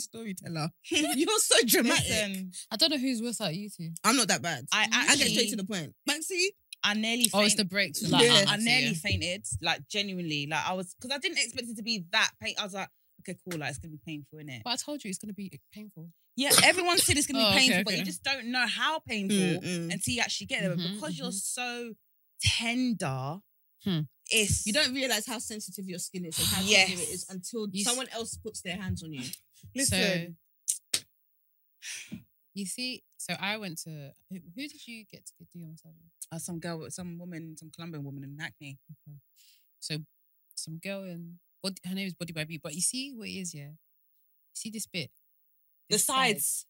<laughs>
storyteller. You're so dramatic.
Listen,
I don't know who's worse at you two.
I'm not that bad.
I
I
actually,
get
I,
straight to the point. Maxie,
nearly. Faint,
Oh, it's the breaks.
Like,
Yeah.
I, I nearly fainted. Like genuinely, like I was because I didn't expect it to be that pain. I was like, okay, cool. Like it's gonna be painful, is it?
But I told you it's gonna be painful.
Yeah. Everyone said it's gonna be
Oh, okay,
painful, but you
okay.
just don't know how painful
Mm-mm.
until you actually get there. But
Mhm,
because you're
mhm.
so tender,
Hmm.
it's
You don't realize how sensitive your skin is and how
Yes.
sensitive it is until
You s-
someone else puts their hands on you.
listen.
You see, so I went to who who did you get to do your massage? with?
Uh, some girl, some woman, some Colombian woman in
<laughs>
acne.
So some girl in body, her name is Body by B. But you see what it is, yeah. You see this bit,
The
This
sides.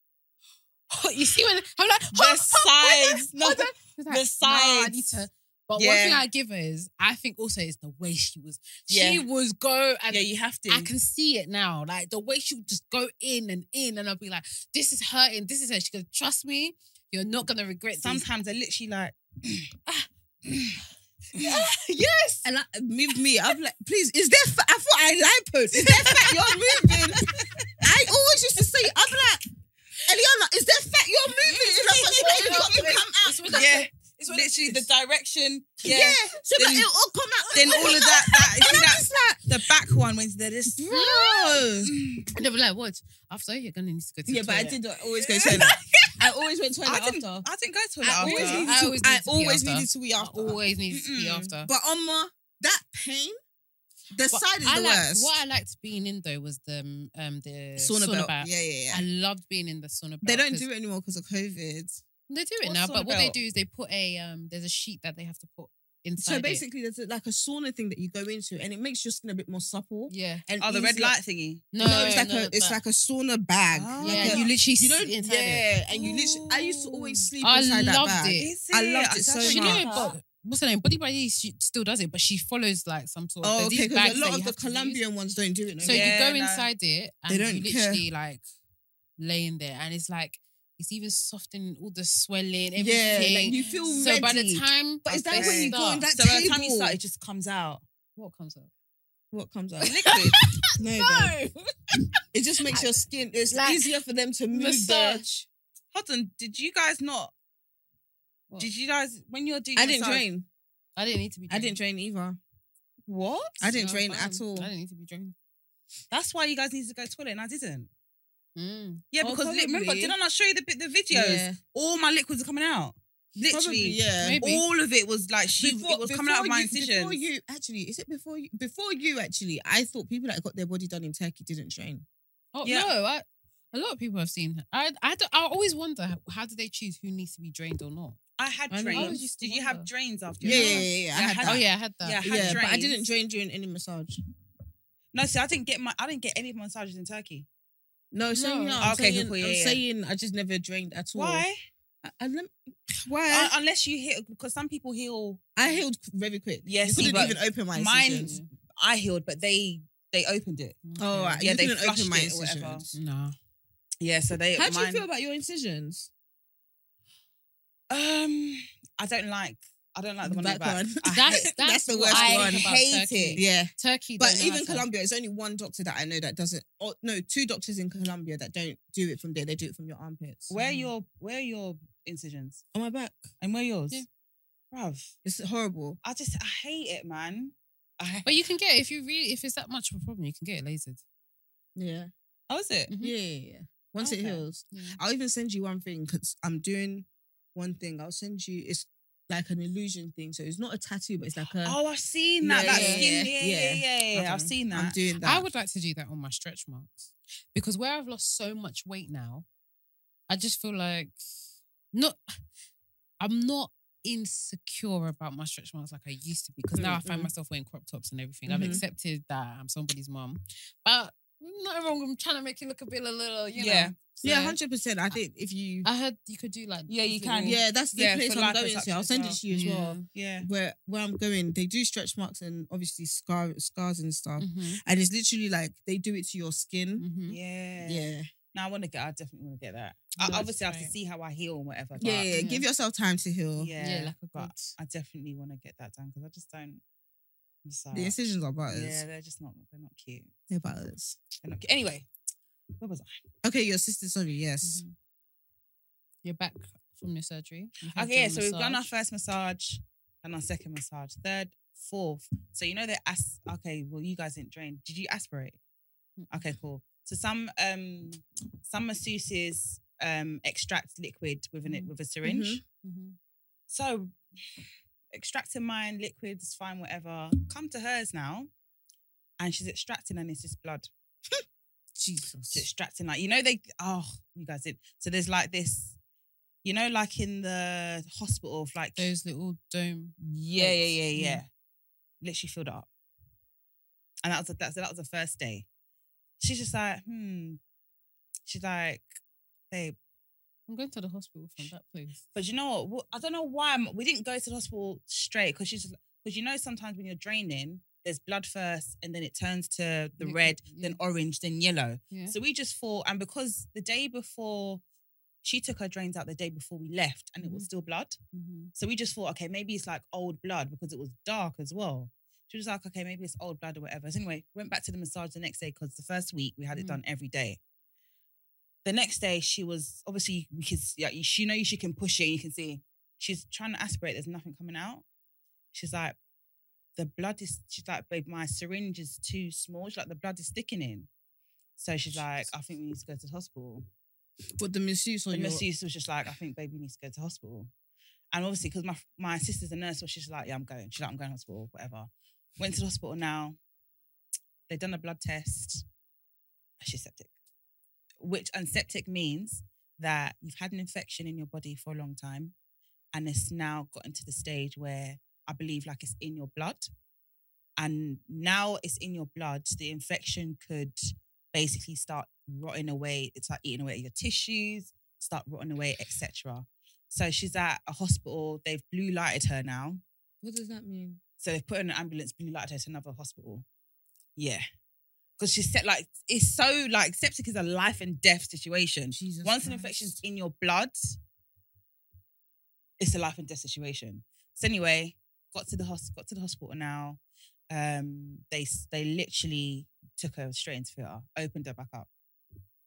you see when I'm like
The sides. No,
hold on. She's like,
the
"Nah, I need
sides.
to. But one
Yeah.
thing I give her is, I think also is the way she was. She
Yeah.
was go and
yeah, you have to.
I can see it now. Like the way she would just go in and in, and I'll be like, "This is hurting. This is her." She goes, "Trust me, you're not gonna regret this."
Sometimes I literally
<laughs>
like.
Yes. And like, move me. I'm like, please, is there fat? I thought I lipoed. Is there fat you're moving? I always used to say, I'm like, Eliana, is there fat you're moving? And I'm like, it's not, it come out.
It's when-
Yeah,
it's when-
literally the direction.
Yeah.
Yeah. Oh
So
Then-
then, it'll all come out.
Then all of that, that, you see
And I'm
that
just like,
the back one when they're just
bro.
And they were like, "What? After you're gonna need to go to the
Mm. Yeah, but I
toilet."
did always go to toilet. I always went to toilet
I didn't,
after.
I didn't go to it
I always
after.
needed
after.
I
to-
always
I
needed to be after.
always needed to be
I
after.
always needs to be
Mm-mm.
after.
But on my that pain, the
But
side is
I
the
liked-
worst.
What I liked being in though was the um, um the
sauna, belt.
belt.
Yeah, yeah,
I
yeah.
loved being in the sauna.
They
belt
don't
'cause
do it anymore because of COVID.
They do it
What's
now,
sauna
but what they
belt?
do is they put a um. There's a sheet that they have to put inside.
So
it.
basically, there's a- like a sauna thing that you go into, and it makes your skin a bit more supple.
yeah.
And
Oh, the red
easier-
light thingy.
No,
No, it's like a
no,
it's
but-
like a sauna bag.
Ah.
like
yeah.
a-
you literally sit
you don't.
inside it.
yeah, and you literally. I used to always sleep
I
inside that
loved
bag.
it.
I loved it so
But
much.
you know,
Sure.
but what's her name? Body by Lee, she still does it, but she follows like some sort of.
Oh,
there's
okay.
these
Because
bags
a
that
lot
you
of the
have to use.
Colombian ones don't do it. No
So
more.
Yeah.
you go
no.
inside it and
They don't
you
care.
literally like lay in there, and it's like it's even softening all the swelling, everything.
yeah, like you feel
so
ready.
by the time,
but is
I
that when you go on
start-
that
So by the
table?
time you start, it just comes out.
what comes up?
what comes
<laughs>
out?
Liquid.
no, babe. it just makes your skin. It's
Like,
easier for them to move. The,
massage.
Hold on, did you guys not?
What?
Did you guys when you're doing?
I didn't
massage-
train.
I didn't need to be.
I
Drained.
didn't train either.
What?
I didn't
No,
train
fine.
at all.
I didn't need to be drained.
That's why you guys needed to go to toilet, and I didn't.
Mm.
Yeah,
Oh,
because li- remember,
probably.
didn't I show you the bit the videos? All my liquids are coming out. Literally,
Probably, yeah.
Maybe.
all of it was like she. it was coming out of
before
my
you-
incisions.
Before you, actually, is it before you? Before you, actually, I thought people that got their body done in Turkey didn't train.
Oh
Yeah.
no, I, a lot of people have seen her. I I, don't- I always wonder how, how do they choose who needs to be drained or not.
I had
I know. I
drains.
was used to
Did you
wonder.
have drains after?
Yeah,
your-
yeah, yeah. yeah, I
Yeah,
had
had
that.
Oh yeah, I had that.
Yeah, I had
yeah, but I
drains.
didn't train during any massage.
No, see, I didn't get my. I didn't get any massages in Turkey.
No, saying
No.
no. I'm
Okay,
saying,
cool, yeah,
I'm
yeah.
saying I just never drained at all. Eh?
Why?
I, I lem- <sighs> why?
Un-
I,
unless you heal, because some people heal.
healed very quick.
Yeah,
you
see,
couldn't
but
even open my
mine-
incisions.
Yeah. Mm,
I healed, but they they opened it.
Oh, right.
Mm, Yeah,
you
they
couldn't
flushed
open my
it or whatever.
incisions.
No.
Yeah, so they.
How do you
mine-
feel about your incisions?
Um, I don't like. I don't like the one in the
Back
back.
one. <laughs>
I
That's
hate-
that's,
the
what
worst
I
one.
About
Hate
Turkey.
it.
Yeah,
Turkey,
but
don't know
even
how to-
Colombia, there's only one doctor that I know that doesn't. Or no, two doctors in Colombia that don't do it from there. They do it from your armpits.
where are your where are your incisions
on my back?
and where are yours,
Yeah.
bruv?
It's horrible.
I just I hate it, man. I,
But you can get it if you really if it's that much of a problem, you can get it lasered.
Yeah.
how is it?
Mhm.
Yeah, yeah, yeah. Once it
Okay.
heals,
Yeah.
Mm-hmm. I'll even send you one thing because I'm doing one thing. I'll send you. It's like an illusion thing, so it's not a tattoo, but it's like a.
Oh, I've seen that.
Yeah,
that
yeah,
skin.
yeah,
Yeah, yeah, yeah. yeah, yeah, I've
Okay.
seen
I'm
that.
doing that.
I would like to do that on my stretch marks because where I've lost so much weight now, I just feel like not. I'm not insecure about my stretch marks like I used to be because now I find
Mm-mm.
myself wearing crop tops and everything. I've
Mhm.
accepted that I'm somebody's mom, but nothing wrong with trying to make you look a bit a little, you know.
Yeah.
yeah,
So,
hundred percent. I think if you.
I heard you could do like
Yeah, you
these
can.
little-
yeah, that's the
Yeah,
place
for
I'm
liposuction
going to. I'll
as
send
well.
it to you as
Yeah.
well.
yeah.
Where where I'm going, they do stretch marks and obviously scar scars and stuff.
Mhm,
And it's literally like they do it to your skin.
mhm.
Yeah.
Yeah.
No, I want to get. I definitely want to get that. I,
Yeah,
obviously, I have to
right.
see how I heal and whatever. But
Yeah, yeah, yeah. Give yourself time to heal.
yeah,
Yeah, like a
but
good-
I definitely want to get that done because I just don't. I'm just
The
like,
incisions are butters.
yeah, they're just not. They're not cute.
They're butters.
They're not cute. Anyway, where was I?
Okay, your sister, sorry, yes.
Mhm. You're back from your surgery. You had
Okay,
your
so we've done our
massage.
first massage and our second massage, third, fourth. So you know that as okay, well you guys didn't drain. Did you aspirate?
Mm-hmm.
Okay, cool. So some um some masseuses um extract liquid with an
Mhm.
with a syringe.
Mhm.
So extracting mine, liquid is fine, whatever. Come to hers now, and she's extracting and it's just blood.
Jesus.
It's extracting like you know they oh you guys did so there's like this you know like in the hospital of like
Those little dome.
Yeah, yeah,
plates.
yeah,
Mm.
yeah. Literally filled it up. And that was the, that, that was the first day. She's just like, hmm. She's like, babe.
I'm going to the hospital from that place.
But you know what? What- I don't know why I'm, we didn't go to the hospital straight because she's because you know sometimes when you're draining, there's blood first and then it turns to the
Liquid,
red,
yeah.
then orange, then yellow.
Yeah.
So we just thought, and because the day before she took her drains out the day before we left and it
Mm-hmm.
was still blood.
Mhm.
So we just thought, okay, maybe it's like old blood because it was dark as well. She was like, okay, maybe it's old blood or whatever. So anyway, went back to the massage the next day because the first week we had it
Mm.
done every day. The next day she was obviously we could see- yeah, she knows she can push it and you can see she's trying to aspirate. There's nothing coming out. She's like, the blood is. She's like, babe, my syringe is too small. She's like, the blood is sticking in. So she's like, I think we need to go to the hospital.
But the masseuse on
The
your
masseuse was just like, I think baby needs to go to hospital. And obviously, because my my sister's a nurse, so she's like, yeah, I'm going. She's like, I'm going to hospital, whatever. Went to the hospital now. They've done a blood test. And She's septic. Which, and septic means that you've had an infection in your body for a long time. And it's now gotten to the stage where I believe like it's in your blood. And now it's in your blood. The infection could basically start rotting away. It's like eating away at your tissues start rotting away, etc. So she's at a hospital. They've blue lighted her now.
Mm-hmm. What does that mean?
So they've put her in an ambulance, blue lighted her to another hospital. Yeah. Because she's set like it's so like septic is a life and death situation.
Jesus.
Once an infection's in your blood, it's a life and death situation. So anyway, got to the hos- got to the hospital now. Um, they s- they literally took her straight into theatre, opened her back up.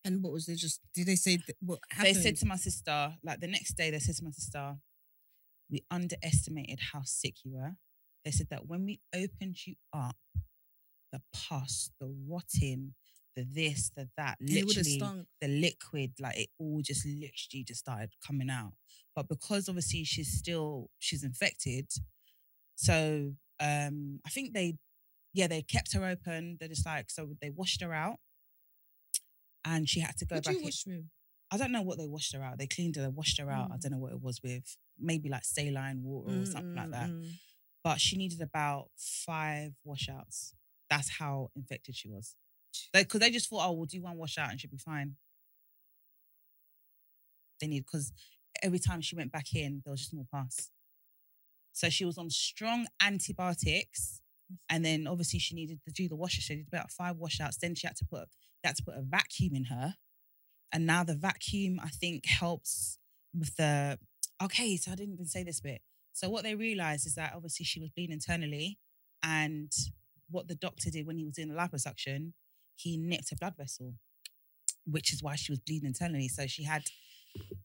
And what was they just did they say th- what happened?
They said to my sister, like the next day, they said to my sister, we underestimated how sick you were. They said that when we opened you up, the pus, the rotting, the this, the that,
It would have
literally
stunk.
the liquid, like it all just literally just started coming out. But because obviously she's still she's infected, so um I think they yeah, they kept her open. They're just like, so they washed her out. And she had to go
What do
back.
you
in-
wash with?
I don't know what they washed her out. They cleaned her, they washed her out. I don't know what it was with. Maybe like saline water or something like that. But she needed about five washouts. That's how infected she was. Because they just thought, oh, we'll do one washout and she'll be fine. They need, because every time she went back in, there was just more pass. So she was on strong antibiotics. And then obviously she needed to do the washer. She did about five washouts. Then she had to put they had to put a vacuum in her. And now the vacuum, I think, helps with the okay, so I didn't even say this bit. So what they realized is that obviously she was bleeding internally. And what the doctor did when he was doing the liposuction, he nipped a blood vessel, which is why she was bleeding internally. So she had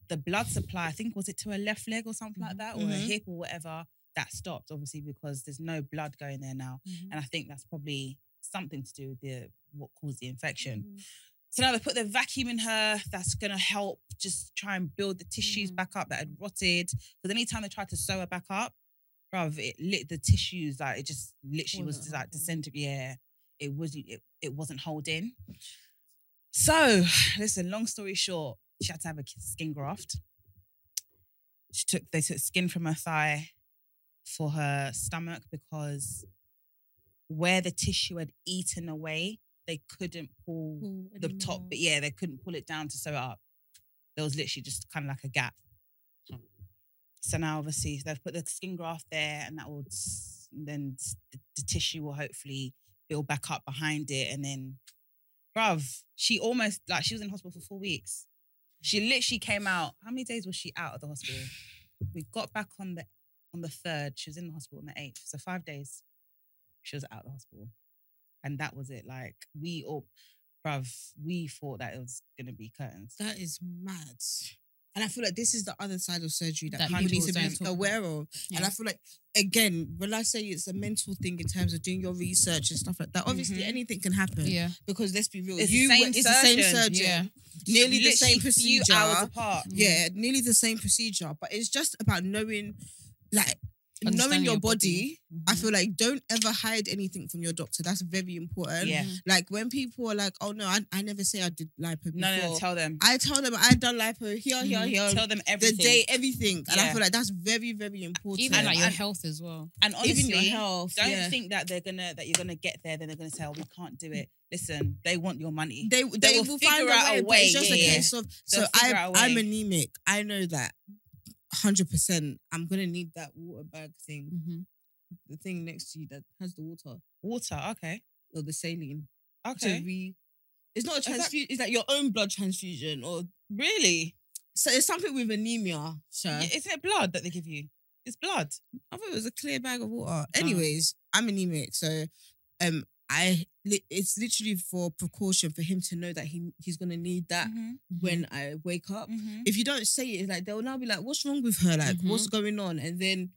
the blood supply, I think, was it to her left leg or something like that, or her
Mhm.
hip or whatever, that stopped, obviously, because there's no blood going there now. And I think that's probably something to do with the what caused the
Mm-hmm.
infection. So now they put the vacuum in her. That's going to help just try and build the tissues
Mhm.
back up that had rotted. Because anytime they tried to sew her back up, bruv, it lit the tissues. Like it just literally was
Wasn't
just like
holding.
disintegrated. Yeah, it was. It, it wasn't holding. So listen, long story short, she had to have a skin graft. She took they took skin from her thigh for her stomach because where the tissue had eaten away, they couldn't pull the top, but yeah, they couldn't pull it down to sew it up. There was literally just kind of like a gap. So now, obviously, they've put the skin graft there, and that will s- then s- the, the tissue will hopefully build back up behind it. And then, bruv, she almost like she was in hospital for four weeks. She literally came out. How many days was she out of the hospital? We got back on the on the third. She was in the hospital on the eighth. So five days, she was out of the hospital, and that was it. Like we all, bruv, we thought that it was gonna be curtains.
That is mad. And I feel like this is the other side of surgery that,
That
people need
people
to
don't talk
be
about.
aware of. And
Yeah.
I feel like, again, when I say it's a mental thing in terms of doing your research and stuff like that, obviously
Mhm.
anything can happen.
Yeah.
Because let's be real,
It's the
you
same
went- it's the same
surgeon,
surgeon,
Yeah.
nearly the same
Literally
procedure.
Few hours
<laughs>
apart.
Yeah, nearly the same procedure. But it's just about knowing, like, knowing
Understanding
your
your
body.
body.
I
Mm.
feel like don't ever hide anything from your doctor. That's very important.
Yeah.
Like when people are like, "Oh no, I, I never say I did lipo before."
No, no, no, tell them.
I tell them I done lipo here, here,
Mhm.
here.
Tell them
the
everything.
day, everything, and I
Yeah.
feel like that's very, very important.
Even
And-
like your
and-
health as well.
and honestly,
even your health.
don't
yeah.
think that they're gonna that you're gonna get there. Then they're gonna say, "Oh, we can't do it." Listen, they want your money.
they, they,
will
will, find
figure
a
out
way.
a
but
way,
it's just a
yeah, yeah.
case of so
They'll
I
figure out a
I'm
way.
anemic. I know that. Hundred percent. I'm gonna need that water bag thing,
Mhm.
the thing next to you that has the water
Water, okay,
or the saline
okay,
to re. It's not a
that-
transfusion. It's like your own blood transfusion, or
really?
so it's something with anemia. Sure.
Yeah, isn't it blood that they give you? It's blood.
I thought it was a clear bag of
Uh-huh.
water. Anyways, I'm anemic, so um, I li- it's literally for precaution for him to know that he he's gonna need that
Mm-hmm,
Mm-hmm.
when I wake up.
Mhm.
If you don't say it, it's like they'll now be like, "What's wrong with her? Like, what's going on?" And then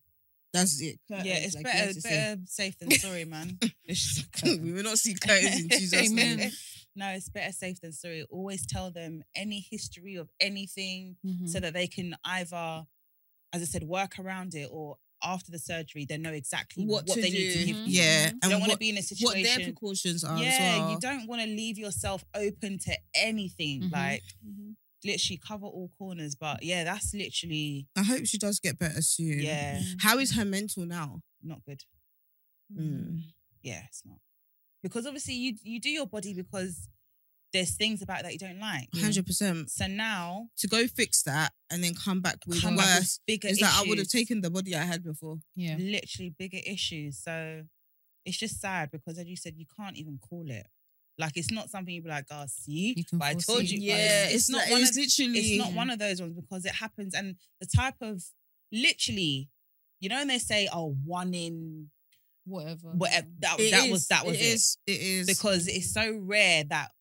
that's it.
Mm-hmm.
Curtains.
Yeah, it's
Like,
better
yes, it's
better safe than sorry,
<laughs>
man. It's just a <laughs>
a-
curtain.
<laughs> we will not see curtains
<laughs>
in Jesus'
Amen.
name.
No, it's better safe than sorry. Always tell them any history of anything
Mhm.
Mm.
so that they can either, as I said, work around it or after the surgery, they know exactly
What,
what,
to
they
do? mm-hmm.
need to give you.
Mhm.
Yeah,
You
and
don't want to
what,
be in a
what
situation.
their precautions are. as
yeah,
well.
you don't want to leave yourself open to anything.
Mm-hmm,
Mhm.
Like, literally cover all corners. But yeah, that's literally,
I hope she does get better soon.
yeah,
Mm-hmm.
How is her mental now?
not good. Hmm. Mm-hmm.
Mm.
Yeah, it's not. Because obviously, you you do your body because there's things about it that you don't like.
Hundred percent.
So now,
to go fix that and then come back with
come back with
worse
bigger
is that I would have
issues.
taken the body I had before.
Yeah.
literally bigger issues. So it's just sad because, as you said, you can't even call it. Like it's not something you'd be like, "Oh, see,
You can
but I
foresee
told
it."
you." but
it's, not.
one
it's
of-
literally.
it's not one of those ones because it happens and the type of literally you know when they say oh one in
Whatever.
whatever that,
It
that
is,
was that was
It is. mm. It is
because it's so rare that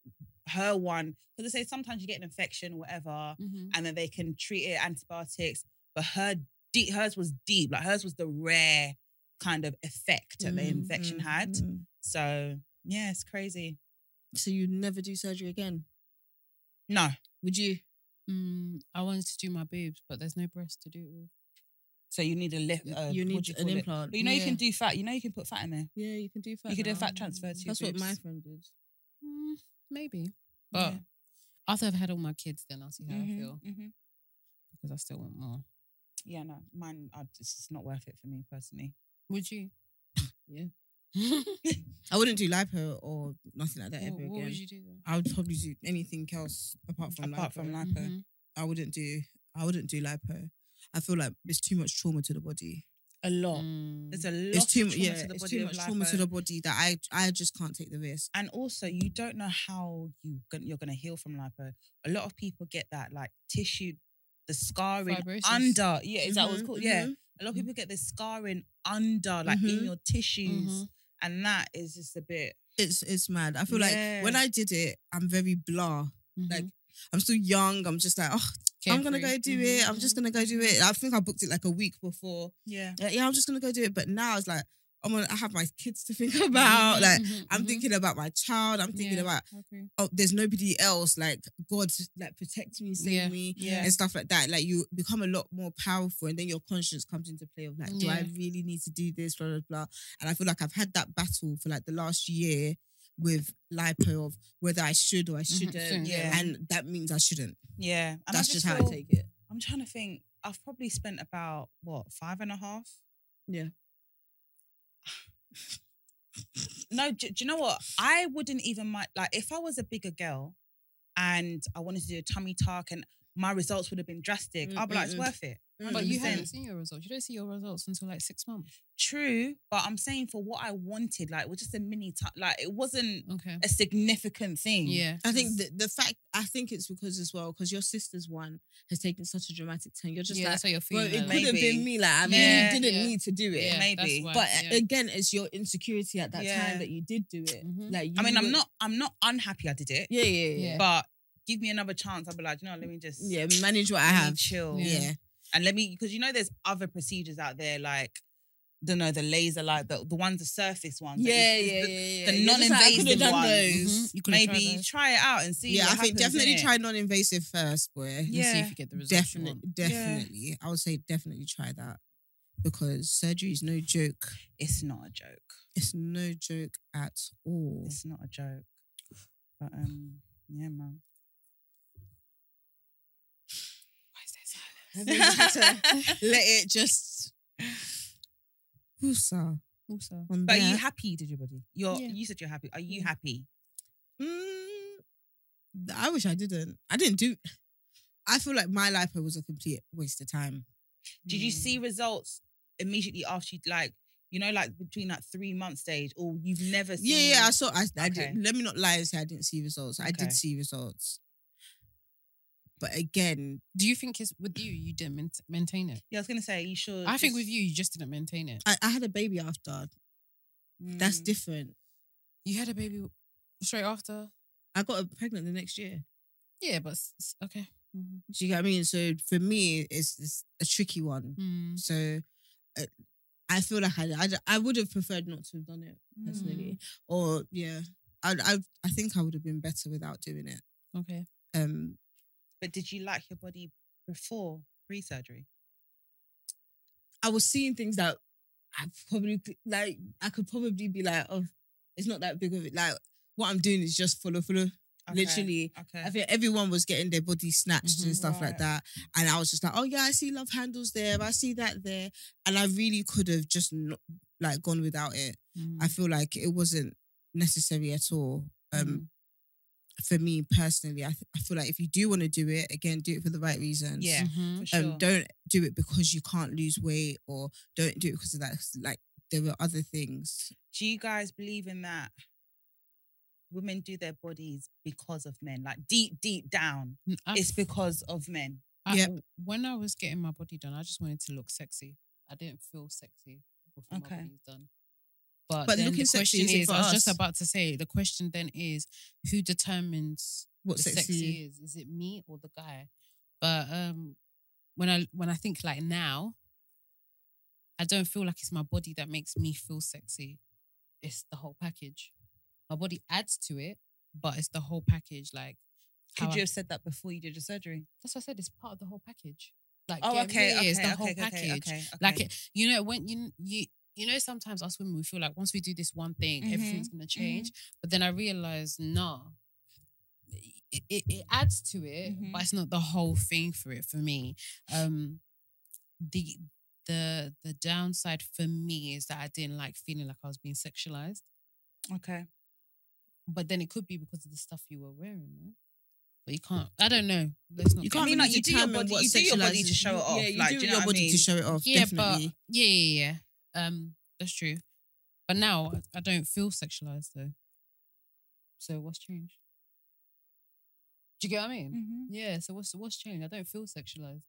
her one because they say sometimes you get an infection or whatever
hmm
and then they can treat it antibiotics but her deep hers was deep like hers was the rare kind of effect that the
Mm,
infection
mm,
had
mm.
so yeah it's crazy
So you'd never do surgery again?
No.
Would you?
Mm, I wanted to do my boobs, but there's no breast to do it with.
So you need a lip.
You-
Uh,
you
what
need
do
an
you call it?
implant.
But you know you
Yeah.
can do fat. You know you can put fat in there.
Yeah, you can do fat.
You could do a
now.
fat transfer to your
That's what my
boobs.
friend did.
Mm, maybe. But
Yeah.
after I've had all my kids, then I'll see how I
Mhm,
feel
mhm.
because I still want more.
Yeah, no, mine. I, it's just not worth it for me personally.
Would <laughs> you?
Yeah.
I wouldn't do lipo or nothing like that
what,
ever
what
again.
would you do then?
I would probably do anything else apart from
Apart
lipo.
from lipo,
Mhm.
I wouldn't do. I wouldn't do lipo. I feel like it's too much trauma to the body.
a lot.
Mm.
There's a lot.
It's too
of
much.
trauma
Yeah,
to the
it's
body
too
of
much trauma
lipo.
to the body that I I just can't take the risk.
and also you don't know how you gon- you're going to heal from lipo. A lot of people get that like tissue, the scarring
Fibrosis.
under. Yeah, is that what it's
Mhm,
called? Yeah,
mhm.
a lot of people get the scarring under, like in
Mhm.
your tissues,
Mhm.
and that is just a bit.
It's it's mad. I feel like when
Yeah.
I did it, I'm very blah. Like
Mhm.
I'm still young. I'm just like, oh, I'm gonna go
Carefree. Mm-hmm,
do it. I'm just gonna go do it. I think I booked it like a week before.
Yeah,
Like, yeah, I'm just gonna go do it. But now it's like, I'm gonna. I have my kids to think <laughs> about. Like
Mhm,
I'm
mhm.
thinking about my child. I'm thinking
Yeah.
about
Okay.
oh, there's nobody else. Like God, like protect me, save
Yeah.
me,
yeah.
and stuff like that. Like you become a lot more powerful, and then your conscience comes into play of like, do I
Yeah.
really need to do this? Blah blah blah. And I feel like I've had that battle for like the last year with lipo of whether I should or I shouldn't,
soon,
yeah.
and that means I shouldn't.
yeah. And I
That's just how I
feel-
take it.
I'm trying to think. I've probably spent about what five and a half.
Yeah.
<sighs> no, do, do you know what? I wouldn't even mind. Like, if I was a bigger girl, and I wanted to do a tummy tuck, and my results would have been drastic,
Mm,
I'd be like, it's
Mm-mm-mm.
worth it.
But you
100%.
haven't seen your results. You don't see your results until like six months.
True, but I'm saying for what I wanted, like, it was just a mini tuck. Like, it wasn't
Okay.
a significant thing.
Yeah.
I think the, the fact I think it's because as well because your sister's one has taken such a dramatic turn. You're just
yeah,
like,
that's what you're
well,
feeling.
it could
like.
have
Maybe.
been me. Like I really
Yeah,
didn't
yeah.
need to do it.
Yeah,
maybe.
that's
But uh,
why, yeah.
again, it's your insecurity at that
Yeah. Mm-hmm.
time that you did do it.
Mhm.
Like you
I mean, I'm
were-
not, I'm not unhappy. I did it,
Yeah, yeah, yeah.
Yeah.
but give me another chance. I'd be like, you know, what, let me just,
Yeah, manage what I
let me
have.
chill.
Yeah.
Yeah.
And let me, because you know, there's other procedures out there, like, don't know, the laser, like the, the ones, the surface ones. that you-
Yeah,
the-
yeah, yeah.
the
yeah. You're just like, I could
non-invasive
have done
one.
those.
Mhm. You could have tried
Maybe
those.
try it out and see.
Yeah,
what
I
happens,
think definitely
innit?
try non-invasive first, boy.
And see
Yeah.
if you get the results. you
Definitely,
want.
definitely. I would say definitely try that because surgery is no joke.
It's not a joke.
It's no joke at all. <laughs>
It's not a joke. But um, yeah, man.
Why is there
I
silence?
think it's better let it just. Woosa
Also,
<laughs>
on
But are you
that.
happy you did your body? You're,
Yeah.
You said you're happy. Are you
Yeah.
happy?
Mm, I wish I didn't. I didn't do. <sighs> I feel like my life was a complete waste of time.
Did you
Mm.
see results immediately after you like, you know, like between that three month stage, or you've never seen?
Yeah, yeah. I saw. I, I
Okay.
did. Let me not lie and say I didn't see results. I
Okay.
did see results, but again,
do you think it's with you? You didn't maint- maintain it.
Yeah, I was gonna say you should.
I think
just-
with you, you just didn't maintain it.
I, I had a baby after. That's
Mm.
different.
You had a baby w- straight after.
I got pregnant the next year.
Yeah, but s- s- okay. Mhm.
Do you get what I mean? So for me, it's, it's a tricky one.
Mm.
So uh, I feel like I, I, I would have preferred not to have done it
Mm-hmm.
Mm.
personally. Or yeah, I, I I think I would have been better without doing it.
Okay.
Um,
But did you like your body before pre-surgery?
I was seeing things that I probably could- like. I could probably be like, oh, it's not that big of it. Like what I'm doing is just follow, follow.
Okay,
Literally,
Okay.
I think everyone was getting their body snatched
Mhm.
and stuff
Right.
like that. And I was just like, oh yeah, I see love handles there. I see that there. And I really could have just not, like gone without it. I feel like it wasn't necessary at all.
Mm-hmm.
Um,
Mm.
for me personally, I, th- I feel like if you do want to do it, again, do it for the right reasons.
Yeah,
Mhm.
for sure.
Um, don't do it because you can't lose weight or don't do it because of that. 'cause, Like there were other things.
do you guys believe in that? Women do their bodies because of men, like deep, deep down.
Mm, I-
It's because of men.
I-
yeah.
When I was getting my body done, I just wanted to look sexy. I didn't feel sexy before
Okay.
my body's done. But,
But
then
looking
the
sexy
question
isn't
is,
for
I was just
us.
about to say, the question then is, who determines
What
the
sexy?
sexy is? Is it me or the guy? But um, when I when I think like now, I don't feel like it's my body that makes me feel sexy. It's the whole package. My body adds to it, but it's the whole package. Like, how
Could
I-
you have said that before you did your surgery?
that's what I said. It's part of the whole package. Like,
Oh,
get
okay,
me,
okay,
it's the
okay,
whole
okay,
package.
okay, okay.
Like it, you know, when you you you know, sometimes us women we feel like once we do this one thing, everything's
Mm-hmm,
gonna change. But then I realized, nah, it, it, it adds to it,
Mhm.
but it's not the whole thing for it for me. Um, the the the downside for me is that I didn't like feeling like I was being sexualized.
okay.
But then it could be because of the stuff you were wearing. no? But you can't. I don't know. Let's not.
You
get-
can't
mean,
really
like, you do your
determine
body-
what
you do your body
sexualizes-
to show it off,
Yeah, you
like,
do,
do you know
your
what I
body to
mean?
show it off.
Yeah,
definitely.
but yeah, yeah, yeah. Um, that's true. But now I- I don't feel sexualized though. So what's changed? Do you get what I mean?
Mm-hmm.
Yeah. So what's what's changed? I don't feel sexualized.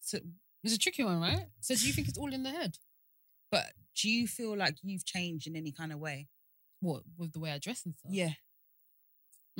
So,
It's a tricky one, right? So do you think it's all in the head?
but do you feel like you've changed in any kind of way?
What with the way I dress and stuff?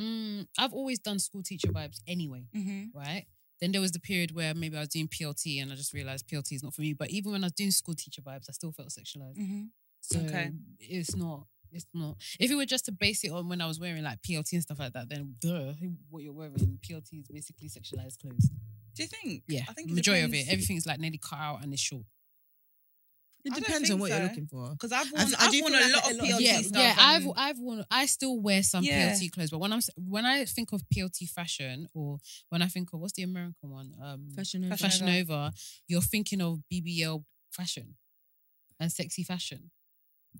Mm, I've always done school teacher vibes anyway,
Mm-hmm.
right? Then there was the period where maybe I was doing PLT and I just realized PLT is not for me. But even when I was doing school teacher vibes, I still felt sexualized.
Mm-hmm.
So
Okay.
it's not. It's not. If it were just to base it on when I was wearing like PLT and stuff like that, then duh, what you're wearing PLT is basically sexualized clothes.
Do you think?
Yeah,
I think
majority of it, everything's like nearly cut out and it's short.
I
It
don't
depends on
think
what you're
so.
looking for. Mm.
Because I've
I
worn,
do
I have
feel
worn a
like
lot of
a lot of
PLT
yeah,
stuff.
yeah. I've
and-
I've worn. I still wear some
Yeah.
PLT clothes, but when I'm s- when I think of PLT fashion or when I think of what's the American one, um,
Fashion over.
Fashion
Fashion Nova, you're thinking of BBL fashion and sexy fashion.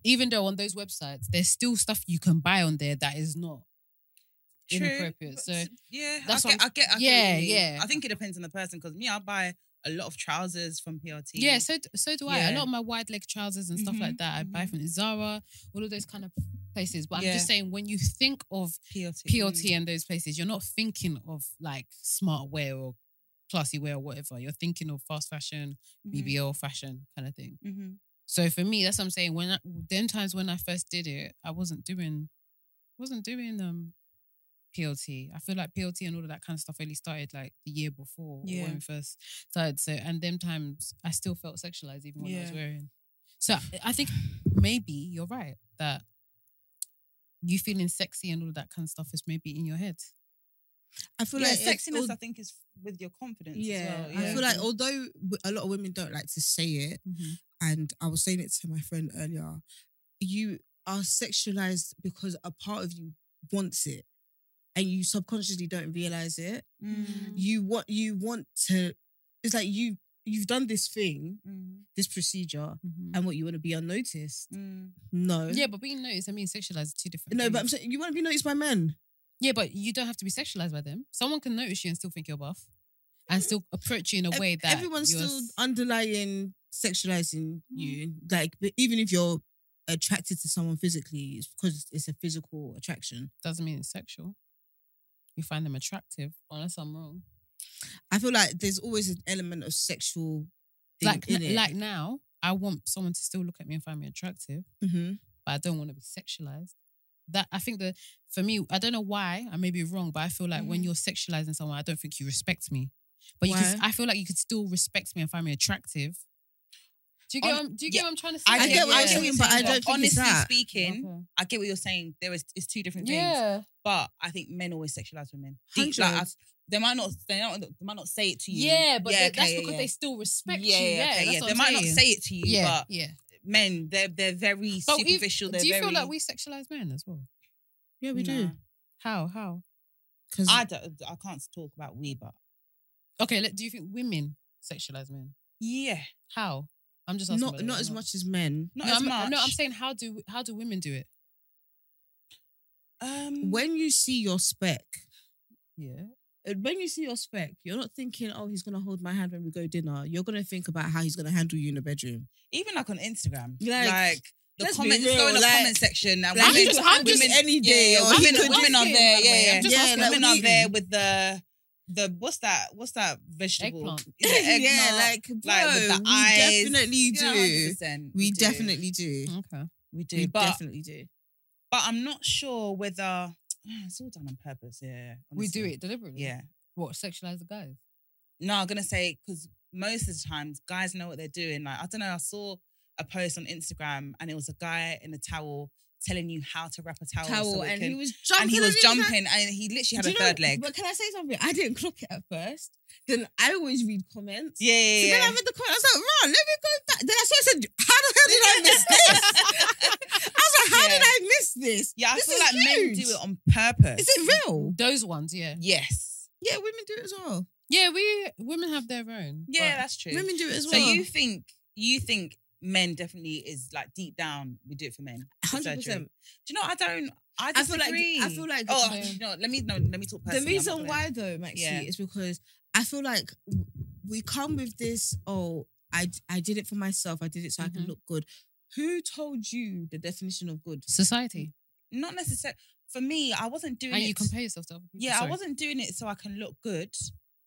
Even though on those websites, there's still stuff you can buy on there that is not
True,
inappropriate.
but
So
s- yeah,
that's
I
what
get, I get, I get what you
yeah,
mean.
yeah.
I think it depends on the person because me, I buy a lot of trousers from PRT.
yeah, so d- so do I. A
Yeah.
lot of my wide leg trousers and stuff like
Mhm,
that I buy
mhm.
from Zara, all of those kind of places. But I'm
Yeah.
just saying, when you think of
PLT.
PLT and those places, you're not thinking of like smart wear or classy wear or whatever. You're thinking of fast fashion, BBL fashion kind of thing.
Mm-hmm.
So for me, that's what I'm saying. When I, then times when I first did it, I wasn't doing, wasn't doing um, PLT. I feel like PLT and all of that kind of stuff only started like the year before or
Yeah.
when we first started. So and them times I still felt sexualized even when I was
Yeah.
wearing. So I- I think maybe you're right that you feeling sexy and all of that kind of stuff is maybe in your head.
I feel
yeah,
like it's
sexiness,
all-
I think, is with your confidence.
yeah,
as well. yeah. Mm.
I feel like although w- a lot of women don't like to say it, and I was saying it to my friend earlier, you are sexualized because a part of you wants it, and you subconsciously don't realize it.
Mm.
You want you want to. It's like you you've done this thing, this procedure,
Mhm.
and what you want to be unnoticed.
Mm.
No,
Yeah, mm. but being noticed, I mean, sexualized are two different.
no, but I'm
things.
saying you want to be noticed by men.
Yeah, but you don't have to be sexualized by them. Someone can notice you and still think you're buff, and still approach you in a
Ev-
way that
everyone's
you're
still
s- Mm.
underlying sexualizing you. Like but even if you're attracted to someone physically, it's because it's a physical attraction.
doesn't mean it's sexual. You find them attractive, unless I'm wrong.
I feel like there's always an element of sexual thing
Like,
in
n-
it.
like now, I want someone to still look at me and find me attractive,
Mhm.
but I don't want to be sexualized. That I think that for me, I don't know why I may be wrong, but I feel like when
Mhm.
you're sexualizing someone, I don't think you respect me. But you can, s-
Why?
I feel like you could still respect me and find me attractive. Do you get?
On-
what I'm, do you
yeah,
get what I'm trying to say?
I,
I
get what
get what
you're
you're
saying,
saying, but I
but
don't think
honestly
it's that.
speaking,
Okay.
I get what you're saying. There is it's two different things.
Yeah.
But I think men always sexualize women. Deep, like, I, they might not they, don't, they might not say it to you.
Yeah, but they-
okay,
that's
yeah,
because
yeah.
they still respect
yeah,
you.
yeah,
Yeah,
okay,
that's
yeah.
what
They
I'm
might
saying.
not say it to you,
yeah,
but
yeah.
men, they're they're very
But we've-
superficial. They're
do you
very,
feel like we sexualize men as well?
Yeah, we do.
Nah.
How? How?
Because
I don't, I can't talk about we, but
Okay. Let, do you think women sexualize men?
yeah,
How? I'm just asking. by
not
the way,
not
I'm
as much as men.
not
no,
as
I'm,
much.
no, I'm saying how do how do women do it?
um,
When you see your spec,
Yeah.
uh, when you see your spec, you're not thinking, "Oh, he's gonna hold my hand when we go dinner." You're gonna think about how he's gonna handle you in the bedroom.
even like on Instagram, like,
Like,
the
let's be
comments go in
real,
the
like-
comment section. Now,
Like,
women,
he could hand us
women,
any day,
yeah,
or
women,
he could
women
just
are
him,
there.
by the
Yeah,
way.
yeah.
I'm just
Yeah,
asking
like,
women
we-
are there with the the what's that? What's that vegetable?
Eggplant.
<laughs>
Is it eggplant?
yeah, like, bro,
like, with the
we
eyes.
definitely do.
Yeah, 100%,
We
do.
definitely do.
Mm, Okay.
we do.
We
but
definitely do.
but I'm not sure whether <sighs> it's all done on purpose. Yeah,
We do
honestly.
it deliberately.
Yeah.
What sexualize the guys?
No, I'm gonna say because most of the times guys know what they're doing. Like I don't know, I saw a post on Instagram and it was a guy in a towel telling you how to wrap a towel. so
towel,
it
and
can-
he was jumping.
and he was
on it, like-
jumping, and he literally had
Do
a
you
third
know-
leg.
But can I say something? I didn't clock it at first. Then I always read comments.
Yeah, yeah,
So
yeah.
then I read the comment. I was like, "Ron, let me go back." Then I saw. I said, "How the hell did I
<laughs>
miss this?" I was like, "How
Yeah.
did I miss this?
yeah, I
this
feel
is
like men
huge.
do it on purpose.
Is it real?"
Those ones, yeah.
Yes.
Yeah, women do it as well.
Yeah, we women have their own.
Yeah,
but-
that's true.
Women do it as
so
well.
you think you think men definitely is like deep down we do it for men. the
hundred
surgery.
percent.
Do you know? I don't. I,
I feel like
disagree.
I feel like
Oh,
um,
do you know, let me <laughs> no. Let me talk.
the
Personally. I'm not
reason
gonna-
why though, Maxie,
Yeah.
is because I feel like w- we come with this. Oh, I I did it for myself. I did it so I
Mm-hmm.
Mhm.
can look good. Who told you the definition of good?
society,
not necessarily for me. I wasn't doing
and
it.
you compare yourself to other people.
yeah,
Sorry.
I wasn't doing it so I can look good.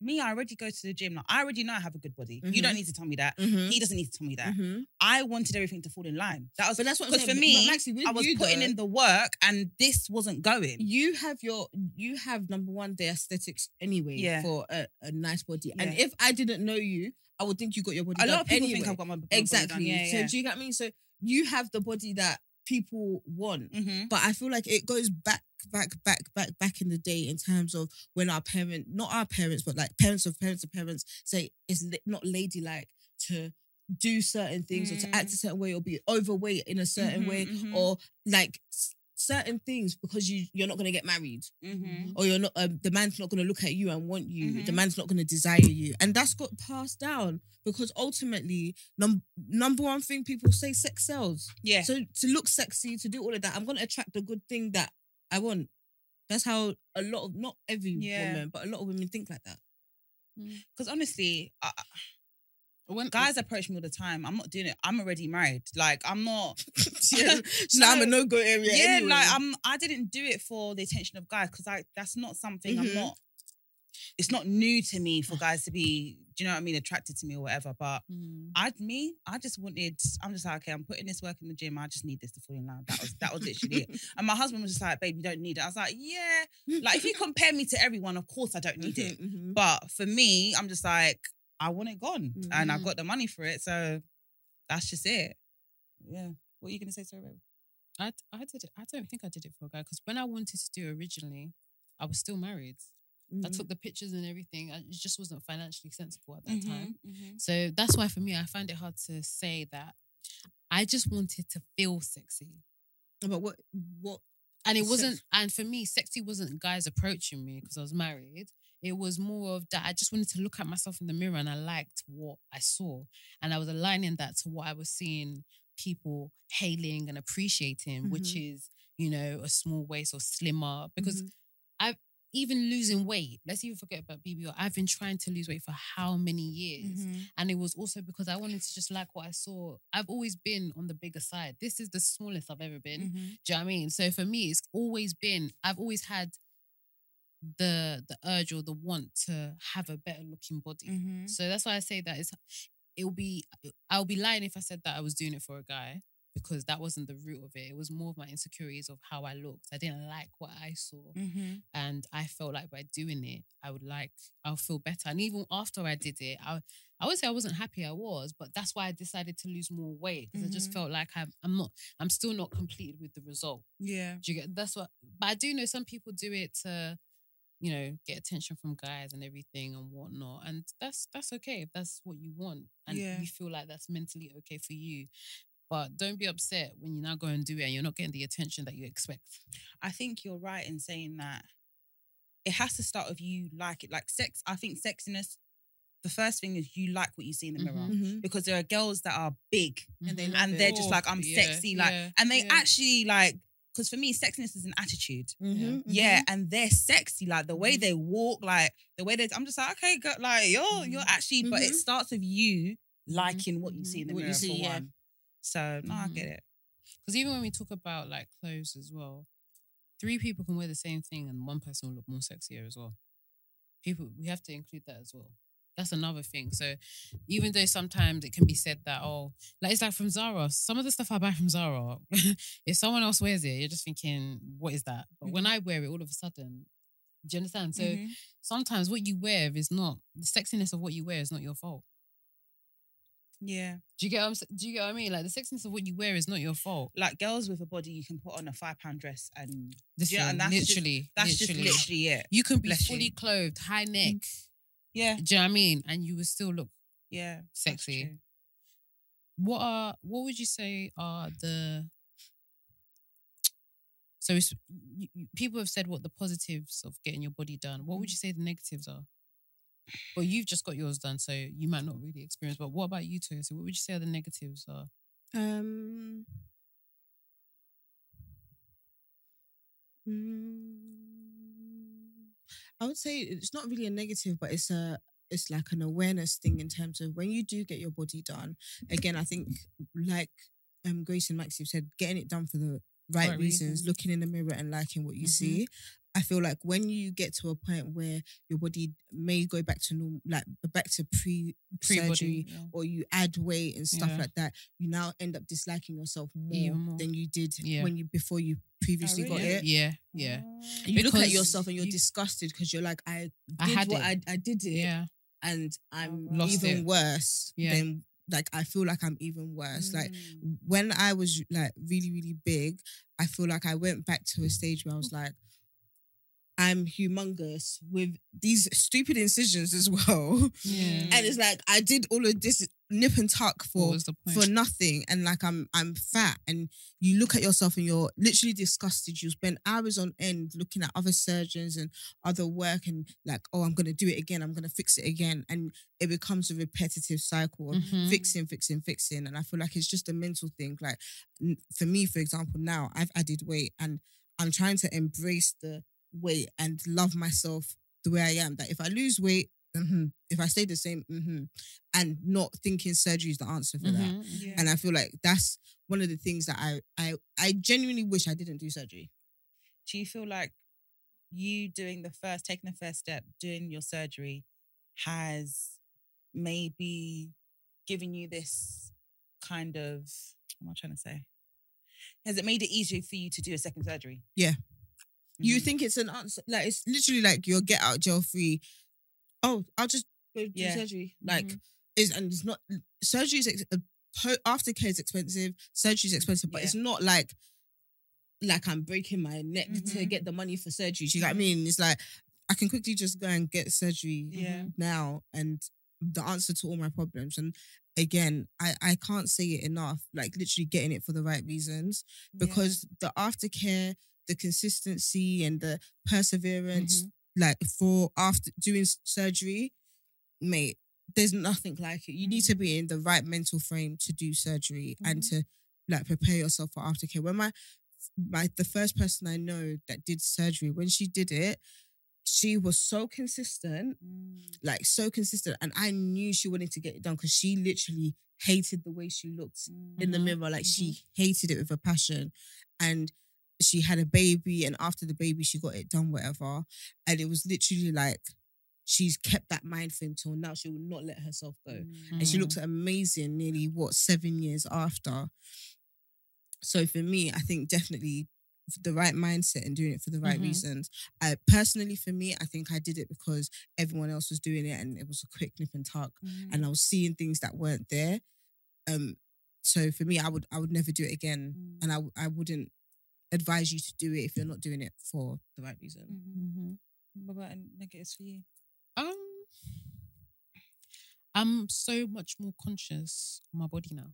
Me, I already go to the gym. Like, I already know I have a good body. You don't need to tell me that.
Mm-hmm.
He doesn't need to tell me that. I wanted everything to fall in line. That was
But that's what I'm
because for
saying. but-
me,
but Maxi, with
I was
you,
putting
though,
in the work, and this wasn't going.
You have your, you have number one the aesthetics anyway
Yeah.
for a, a nice body. And
Yeah.
if I didn't know you, I would think you got your body.
A
done
lot of people
anyway.
think I've got my my body Done.
exactly.
Yeah,
So
yeah.
do you get me? So you have the body that people want.
Mhm.
But I feel like it goes back, back, back, back, back in the day in terms of when our parent, not our parents, but like parents of parents of parents say it's la- not ladylike to do certain things or to act a certain way or be overweight in a certain
Mhm,
way
mhm.
or like s- certain things because you you're not going to get married
Mhm.
or you're not um, the man's not going to look at you and want you the
Mhm.
man's not going to desire you and that's got passed down because ultimately num- number one thing people say sex sells
Yeah.
so to look sexy, to do all of that, I'm gonna attract the good thing that I want. That's how a lot of not every
Yeah.
woman, but a lot of women think like that.
Because honestly, I,
When,
guys approach me all the time. I'm not doing it. I'm already married. Like I'm not.
<laughs> <laughs> Yeah. So now I'm a no go area.
yeah,
anyway.
like I'm. I didn't do it for the attention of guys because I that's not something
Mhm.
I'm not. It's not new to me for guys to be. Do you know what I mean? Attracted to me or whatever. But
Mm.
I me, I just wanted. I'm just like, okay, I'm putting this work in the gym. I just need this to fall in line. That was that was literally
<laughs>
it. And my husband was just like, babe, you don't need it. I was like, yeah. Like if you compare me to everyone, of course I don't need it.
Mhm, mhm.
But for me, I'm just like, I want it gone. And I've
Mhm.
got the money for it. So that's just it. Yeah. What are you gonna say, sorry, babe?
I, I did it. I don't think I did it for a guy because when I wanted to do it originally, I was still married. I
Mhm.
took the pictures and everything. and It just wasn't financially sensible at that time.
Mm-hmm.
So that's why for me, I find it hard to say that. I just wanted to feel sexy.
But what what
And it
Sex-
wasn't, and for me, sexy wasn't guys approaching me because I was married. It was more of that I just wanted to look at myself in the mirror and I liked what I saw. And I was aligning that to what I was seeing people hailing and appreciating, which is, you know, a small waist or slimmer.
Mm-hmm,
Because I've even losing weight, let's even forget about BBL, I've been trying to lose weight for how many
Mm-hmm.
years? And it was also because I wanted to just like what I saw. I've always been on the bigger side. This is the smallest I've ever been.
mm-hmm,
Do you know what I mean? So for me, it's always been I've always had the the urge or the want to have a better looking body.
Mm-hmm.
So that's why I say that it's it'll be uh, I'll be lying if I said that I was doing it for a guy because that wasn't the root of it. It was more of my insecurities of how I looked. I didn't like what I saw, and I felt like by doing it, I would like I'll feel better. And even after I did it, I I would say I wasn't happy. I was, but that's why I decided to lose more weight because I just
Mhm.
felt like I'm I'm not I'm still not completed with the result.
Yeah.
Do you get that's what? But I do know some people do it to, you know, get attention from guys and everything and whatnot, and that's that's okay if that's what you want and
Yeah.
you feel like that's mentally okay for you. But don't be upset when you now go and do it and you're not getting the attention that you expect.
I think you're right in saying that it has to start with you like it. Like sex, I think sexiness, the first thing is you like what you see in the mirror.
mhm.
Because there are girls that are big
And they
and they're just
Oh,
like, I'm
yeah,
sexy. Like,
yeah,
and they
yeah.
actually like, because for me, sexiness is an attitude.
Mhm,
Yeah, and they're sexy. Like the way
Mhm.
they walk, like the way they. I'm just like, okay, girl, like you're you're actually. But it
Mhm.
starts with you liking what you see
Mhm.
in the
What you
mirror
see,
for
yeah.
one. So no, I
Mhm.
get it.
Because even when we talk about like clothes as well, three people can wear the same thing and one person will look more sexier as well. People, we have to include that as well. That's another thing. So even though sometimes it can be said that, oh, like it's like from Zara, some of the stuff I buy from Zara, <laughs> if someone else wears it, you're just thinking, what is that? But
Mm-hmm.
when I wear it, all of a sudden, do you understand? So
Mhm.
sometimes what you wear is not the sexiness of what you wear is not your fault.
Yeah.
Do you get what I'm, s- do you get what I mean? Like the sexiness of what you wear is not your fault.
Like girls with a body, you can put on a five pound dress and
Listen,
Yeah, and that's just-
literally,
that's
literally.
just literally it.
you can be
Bless you.
fully clothed, high
Mm.
neck.
Yeah.
Do you know what I mean? And you would still look
Yeah. that's
Sexy.
true.
what are what would you say are the so it's, you, you- people have said what the positives of getting your body done what
Mm.
would you say the negatives are well you've just got yours done so you might not really experience but what about you two so what would you say are the negatives are
Um. mm, I would say it's not really a negative, but it's a it's like an awareness thing in terms of when you do get your body done. Again, I think like um Grace and Max, you've said getting it done for the right,
Right
reasons, Mm-hmm.
reasons.
looking in the mirror and liking what you
Mhm.
see. I feel like when you get to a point where your body may go back to normal, like back to pre
pre-body
surgery, or you add weight and stuff
Yeah.
like that, you now end up disliking yourself more,
Even more.
than you did
Yeah.
when you before you previously got
really?
yeah
it.
yeah, yeah.
Oh.
You look at
Because
yourself and you're
you-
disgusted because you're like, I
I
did
had
what
it.
I, I did it,
yeah Oh,
and I'm
wow. Lost
even
it.
worse
Yeah.
than like I feel like I'm even worse. Like
Mm.
when I was like really really big, I feel like I went back to a stage where I was like. I'm humongous with these stupid incisions as <laughs> well.
yeah
And it's like I did all of this nip and tuck
what
for
was the point
for nothing and like I'm I'm fat and you look at yourself and you're literally disgusted. You spend hours on end looking at other surgeons and other work and like, oh, I'm gonna do it again, I'm gonna fix it again. And it becomes a repetitive cycle of
Mhm.
fixing, fixing, fixing. And I feel like it's just a mental thing. Like n- for me, for example, now I've added weight and I'm trying to embrace the weight and love myself the way I am. That if I lose weight, mhm, if I stay the same, mhm, and not thinking surgery is the answer for that.
Mhm.
Yeah.
And I feel like that's one of the things that I I I genuinely wish I didn't do surgery.
do you feel like you doing the first taking the first step doing your surgery has maybe given you this kind of what am i trying to say has it made it easier for you to do a second surgery
Yeah. You
Mhm.
think it's an answer, like it's literally like your get out jail free. Oh, I'll just go do
Yeah. Mm-hmm.
surgery. Like is and it's not surgery is ex- uh, po- aftercare is expensive. Surgery is expensive, but
Mm-hmm. Yeah.
it's not like like I'm breaking my neck to
Mhm.
get the money for surgery. Do you know what I mean? It's like I can quickly just go and get surgery.
mm-hmm,
yeah
now and the answer to all my problems. And again, I, I can't say it enough, like literally getting it for the right reasons because the aftercare, the consistency and the perseverance, like for after doing s- surgery, mate, there's nothing like it. You need to be in the right mental frame to do surgery and to like prepare yourself for aftercare. When my my the first person I know that did surgery, when she did it, she was so consistent
Mm.
like so consistent. And I knew she wanted to get it done because she literally hated the way she looked in the
Mhm,
mirror. Like she hated it with a passion. And she had a baby, and after the baby, she got it done, whatever. And it was literally like she's kept that mind frame till now. She will not let herself go. And she
Mhm.
looks amazing nearly what seven years after. So for me, I think definitely the right mindset and doing it for the right
Mhm.
reasons. I personally, for me, I think I did it because everyone else was doing it and it was a quick nip and tuck, and I was seeing things that weren't there. Um, so for me, I would I would never do it again, and I
Mm.
w- I wouldn't advise you to do it if you're not doing it for the right reason.
Mhm.
what about a negatives for you
Um, I'm so much more conscious of my body now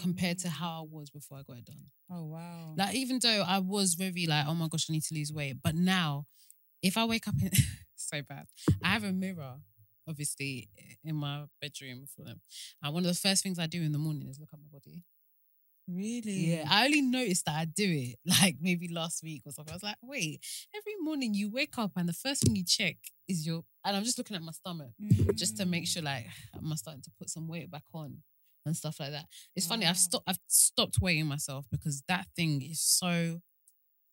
compared to
Mm.
how I was before I got it done.
oh wow
Like, even though I was very like, oh my gosh, I need to lose weight, but now, if I wake up in <laughs> so bad, I have a mirror, obviously, in my bedroom for them, and one of the first things I do in the morning is look at my body.
really
Yeah, I only noticed that I do it <laughs> like maybe last week or something. I was like, wait, every morning you wake up and the first thing you check is your, and I'm just looking at my stomach just to make
Mm.
sure like <sighs> am I starting to put some weight back on and stuff like that. It's funny, I've
Wow.
stopped I've stopped weighing myself because that thing is so
Oh,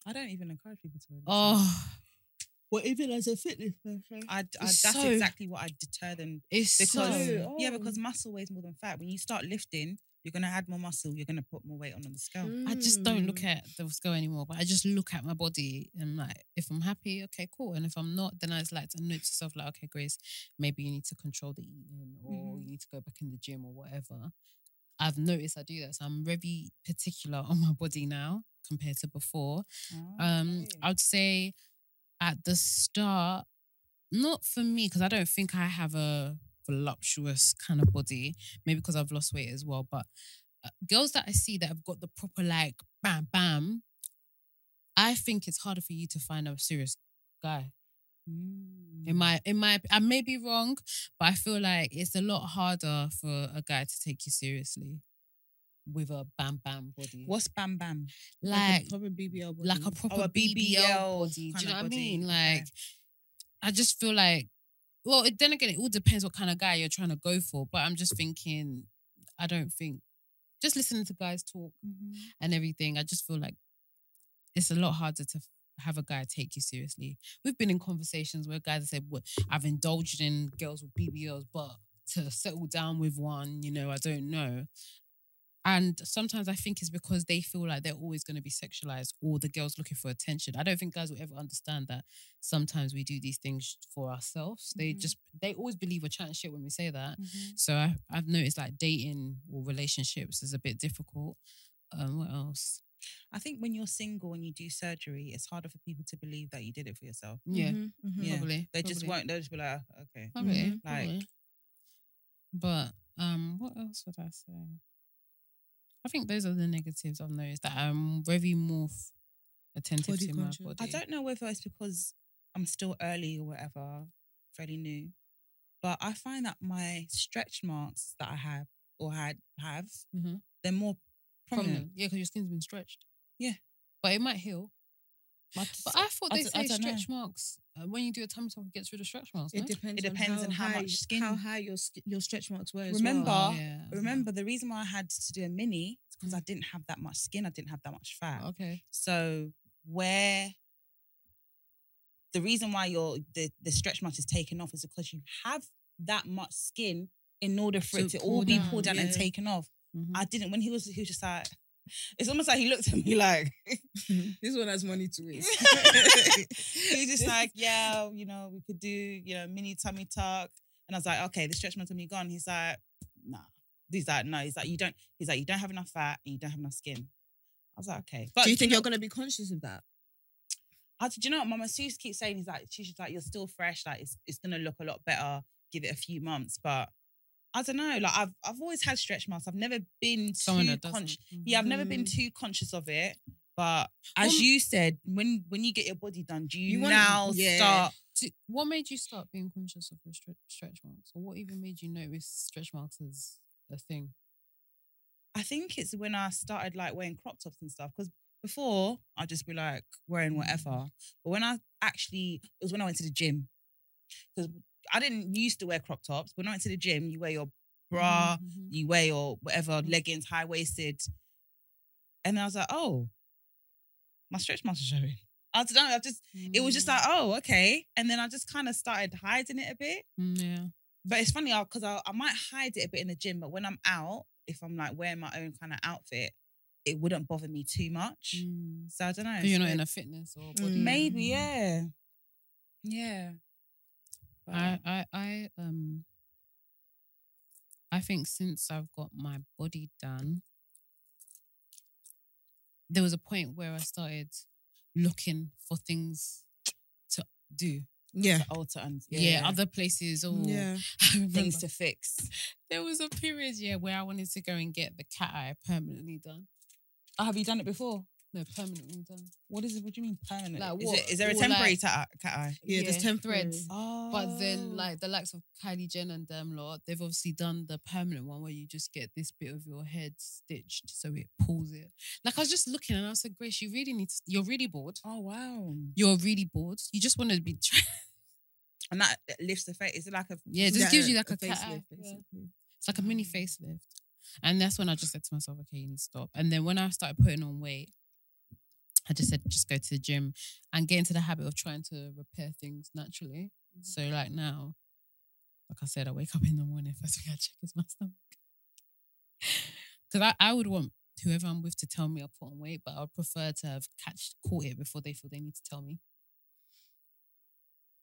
i don't even encourage people to wear this.
oh
Well, even as a fitness person.
I, I,
It's
that's
so-
exactly what I deter them
It's
because
so
So-
yeah,
oh.
because muscle weighs more than fat. When you start lifting, you're gonna add more muscle. You're gonna put more weight on on the scale.
I just don't
mm,
look at the scale anymore, but I just look at my body and like if I'm happy, okay, cool. And if I'm not, then I just like to note to yourself like, okay, Grace, maybe you need to control the eating or
Mhm.
you need to go back in the gym or whatever. I've noticed I do that. So I'm very particular on my body now compared to before. Um,
Okay.
I'd say at the start, not for me because I don't think I have a voluptuous kind of body. Maybe because I've lost weight as well. But uh, girls that I see that have got the proper like bam bam, I think it's harder for you to find a serious guy.
Mm.
In my in my I may be wrong, but I feel like it's a lot harder for a guy to take you seriously with a bam bam body.
What's bam bam?
like
probably BBL. Body.
like a proper
Mm, oh, a
BBL,
BBL
body. Do
kinda
you know
body,
what I mean?
yeah.
Like, I just feel like, well, it, then again, it all depends what kind of guy you're trying to go for. But I'm just thinking, I don't think just listening to guys talk
Mm-hmm,
and everything. I just feel like it's a lot harder to have a guy take you seriously. We've been in conversations where guys have said, well, I've indulged in girls with BBLs, but to settle down with one, you know, I don't know. And sometimes I think it's because they feel like they're always going to be sexualized or the girls looking for attention. I don't think guys will ever understand that sometimes we do these things for ourselves. They
Mhm.
just, they always believe we're chatting shit when we say that. So I, I've noticed like dating or relationships is a bit difficult. Um, what else?
I think when you're single and you do surgery, it's harder for people to believe that you did it for yourself.
Yeah,
Mm-hmm.
mm-hmm,
Yeah.
probably.
They just
probably.
won't. They'll just be like, "Oh, okay.
Probably,
Mhm.
Like-
probably. But um, what else would I say? I think those are the negatives I've noticed that I'm very more f- attentive
Body
to
conscious.
my
I
body.
don't know whether it's because I'm still early or whatever, fairly new, but I find that my stretch marks that I have or had have,
Mhm.
they're more
Prominent.
prominent.
Yeah, because your skin's been stretched.
Yeah.
but it might heal. But I thought
I
they
d- I
say
don't know.
stretch marks uh, when you do a tummy tuck, it gets rid of stretch marks. No?
It depends.
It depends on how
high,
much skin-
how high your sk- your stretch marks were. As
Remember-
well.
Oh, yeah, I
Mm-hmm.
don't know.
Remember, the reason why I had to do a mini is because I
Mm.
didn't have that much skin. I didn't have that much fat.
Oh.
Okay.
So where the reason why your the, the stretch mark is taken off is because you have that much skin in order for
To
it to
pull
all be
down,
pulled down and
yeah. Mm-hmm.
taken off.
Mhm.
I didn't. When he was, he was just like, <laughs> it's almost like he looked at me like,
This one has money to
<laughs>
it.
he was
<laughs>
just like, yeah, you know, we could do, you know, mini tummy tuck. And I was like, okay, the stretch marks tummy gone. He's like, nah. He's like, no. He's like, you don't. He's like, you don't have enough fat and you don't have enough skin. I was like, okay. But
Do you think you're going to be conscious of that?
I said, do you know what Mama Suze keeps saying? He's like, she's just like, you're still fresh. Like, it's, it's gonna look a lot better. Give it a few months, but I don't know. Like, I've I've always had stretch marks. I've never been
Someone
too
that doesn't. Mm-hmm.
conscious. Yeah, I've never been
Mhm.
too conscious of it. But Mm. as
Well,
you said, when when you get your body done, do you,
You want-
now
yeah.
start?
Do- what made you start being conscious of your stre- stretch marks, or what even made you notice stretch marks as a thing?
I think it's when I started like wearing crop tops and stuff. Because before I'd just be like wearing whatever. But when I actually, it was when I went to the gym. Because I didn't used to wear crop tops. When I went to the gym, you wear your bra.
Mhm.
you wear or whatever
Mhm.
leggings, high waisted. And I was like, oh, my stretch marks are showing. I don't know. I just it was
Mm.
just like, oh, okay. And then I just kind of started hiding it a bit.
Mm, yeah.
But it's funny because I, I might hide it a bit in the gym, but when I'm out, if I'm like wearing my own kind of outfit, it wouldn't bother me too much.
Mm.
So I don't know.
So you're not in a fitness or body.
Mm.
maybe yeah, yeah. But-
I, I, I, um, I think since I've got my body done, there was a point where I started looking for things to do.
Yeah.
alter and
Yeah, other places or
Yeah.
<laughs> I remember.
things to fix.
There was a period, yeah, where I wanted to go and get the cat eye permanently done.
Oh, have you done it before?
No, permanently done.
What is it? What do you mean permanent?
Like
Is
what?
it- is there a
Or
temporary
like-
tat- cat eye?
Yeah, there's temporary.
threads.
Oh.
But then, like the likes of Kylie Jenner and them lot, they've obviously done the permanent one where you just get this bit of your head stitched so it pulls it. Like I was just looking and I said, Grace, you really need. To, you're really bored.
oh wow,
You're really bored. You just want to be. <laughs> Trying.
and that lifts the face. Is it like a? <laughs>
Yeah, it just gives you like a, cat eye.
facelift,
Yeah.
basically.
It's like a mini facelift. And that's when I just said to myself, okay, you need to stop. And then when I started putting on weight, I just said just go to the gym and get into the habit of trying to repair things naturally. So like now, like I said, I wake up in the morning, first thing I check is my stomach. <laughs> Cause I, I would want whoever I'm with to tell me I put on weight, but I would prefer to have catch caught it before they feel they need to tell me. <laughs>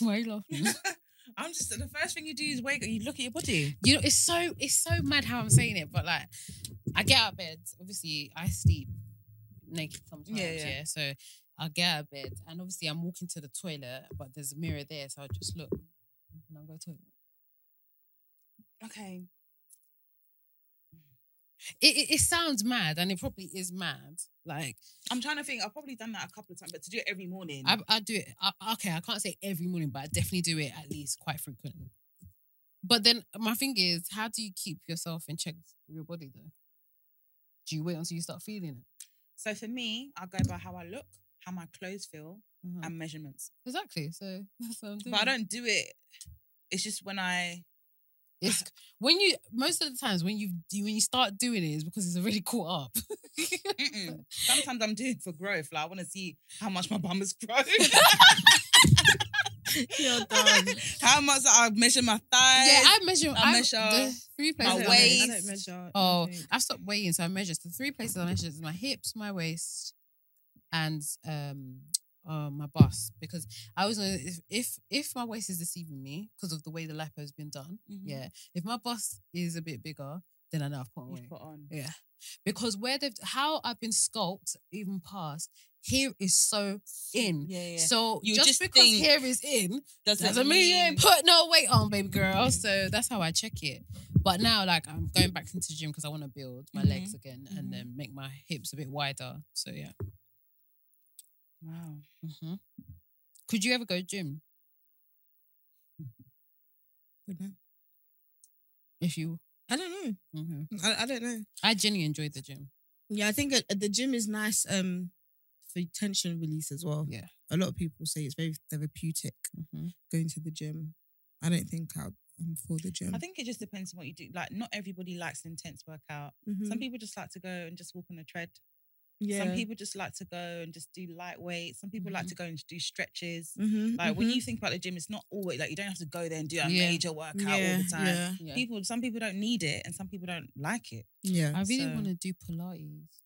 Why are you laughing?
I'm just the first thing you do is wake up. You look at your body.
you know, it's so it's so mad how I'm saying it, but like I get out of bed. Obviously, I sleep naked sometimes.
Yeah,
Yeah.
yeah.
So I get out of bed, and obviously I'm walking to the toilet, but there's a mirror there, so I just look and I go to the toilet.
Okay.
It, it, it sounds mad, and it probably is mad. Like
I'm trying to think. I've probably done that a couple of times, but to do it every morning.
I, I do it. I, okay, I can't say every morning, but I definitely do it at least quite frequently. But then my thing is, how do you keep yourself in check with your body though? Do you wait until you start feeling it?
so for me, I go by how I look, how my clothes feel,
Uh-huh.
and measurements.
Exactly. So <laughs> that's what I'm doing.
But I don't do it. It's just when I <laughs>
It's <laughs> when you most of the times when you do- when you start doing it is because it's already caught up. <laughs>
Mm-mm. Sometimes I'm doing it for growth. Like I want to see how much my bum has <laughs> grown. <laughs>
You're done.
<laughs>
how much I measure my thighs.
yeah, I measure. I
measure
the three
my
places. I
waist.
I
measure-
don't measure.
Oh,
anything.
um,
I've stopped weighing, so I measure. So the three places I measure is my hips, my waist, and um, uh, my bust. Because I always know if if, if my waist is deceiving me because of the way the lipo has been done.
Mhm.
Yeah, if my bust is a bit bigger, then I know I've put on weight.
You've put on.
Yeah. Because where they've how I've been sculpted even past, here is so in.
Yeah, yeah.
So
You
just,
just
because
think-
here is in
Does
doesn't mean you ain't put no weight on, baby girl. So that's how I check it. But now like I'm going back into the gym because I want to build my
Mhm.
legs again and
Mhm.
then make my hips a bit wider. So yeah.
Wow.
hmm Could you ever go gym
Mm-hmm.
Goodness.
if you?
I don't know.
Mhm.
I, I don't know.
I genuinely enjoyed the gym.
Yeah, I think at, at the gym is nice um for tension release as well.
Yeah.
A lot of people say it's very therapeutic
Mhm.
going to the gym. I don't think I'll, I'm for the gym.
Mm.
I think it just depends on what you do. Like, not everybody likes an intense workout.
Mhm.
Mm-hmm.
Some people just like to go and just walk on a tread.
yeah.
Some people just like to go and just do lightweight. Some people
Mm-hmm.
like to go and do stretches.
Mhm,
Like when
mhm.
you think about the gym, it's not always like you don't have to go there and do a
Yeah.
major workout
mm-hmm. yeah,
all the time.
Yeah.
Yeah.
People, some people don't need it, and some people don't like it.
Yeah.
I really
So-
want to do Pilates.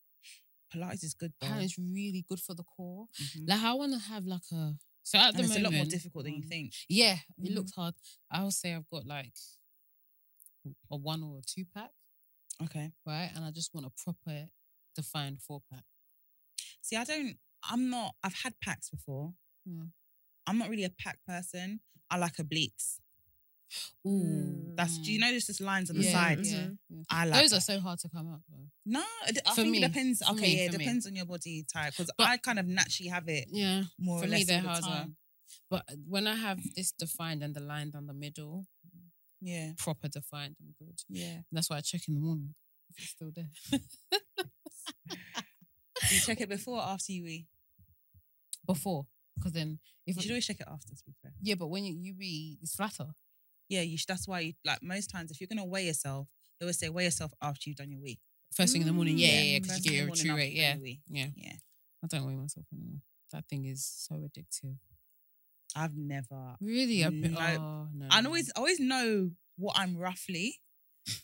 Pilates is good though.
Apparently, it's really good for the core.
Mhm.
Like I want to have like a so at the
And it's
moment
a lot more difficult than you
um,
think.
Yeah, it
Mhm.
looks hard. I would say I've got like a one or a two pack,
Okay.
right? And I just want a proper defined four pack.
See, I don't. I'm not. I've had packs before.
Yeah.
I'm not really a pack person. I like obliques. That's. Do you know there's just lines on the
Mm. yeah,
sides?
Yeah,
Mhm.
yeah.
I like.
Those
that.
are so hard to come up. Though.
No, it- I
For
think
me,
it depends.
for
Okay,
me,
yeah, it
for me.
depends on your body type because
But-
I kind of naturally have it
Yeah,
more
for
or
me
less
they're
all the
harder.
time.
But uh, when I have this defined and the line down the middle,
Yeah,
proper defined, I'm good. <laughs>
yeah.
That's why I check in the morning. If it's still there.
Do you check it before or after you wee?
Before, because then if
You should always check it after. To be fair.
yeah, but when you, you be it's flatter.
Yeah, you. Should, that's why you like most times if you're gonna weigh yourself, they always say weigh yourself after you've done your wee.
First thing in the morning, yeah,
Mm.
yeah, yeah, because
first
you
thing
get
in
your
the
true
morning after you've
rate, yeah.
done your wee.
Yeah.
Yeah.
I don't weigh myself anymore. That thing is so addictive.
I've never.
Really? I've been,
Nope.
oh, no.
I
no,
always
no.
I always know what I'm roughly,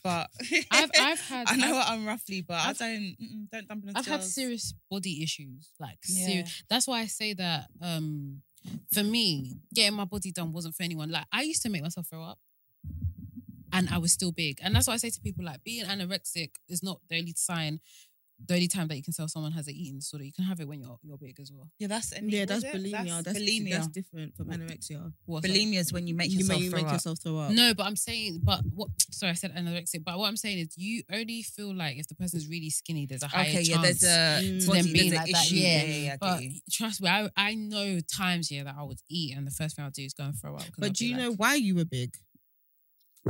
but
<laughs>
<laughs>
I've, I've had.
I know
I've,
what I'm roughly, but
I've-
I don't mm-mm, don't dump on the
I've had
scales.
serious body issues. Like,
Yeah.
serious. That's why I say that um, for me, getting my body done wasn't for anyone. Like, I used to make myself throw up. And I was still big. And that's why I say to people, like, being anorexic is not the only sign, the only time that you can tell someone has an eating disorder. You can have it when you're you're big as well.
Yeah, that's
Yeah, that's
it?
bulimia. That's,
bulimia.
that's different from anorexia.
What's that?
bulimia is when you make
you
yourself
may
throw
make
up.
yourself throw up.
No, but I'm saying, but what? Sorry, I said anorexic. But what I'm saying is, you only feel like if the person's really skinny, there's a higher
Okay,
chance.
yeah, there's a
Mm.
body,
them
there's
being
a
like that,
issue.
yeah,
yeah, yeah, I
But
get you.
trust me, I, I know times yeah that I would eat, and the first thing I'll do is go and throw up. 'cause I'll
But do
be
you know
like,
why you were big?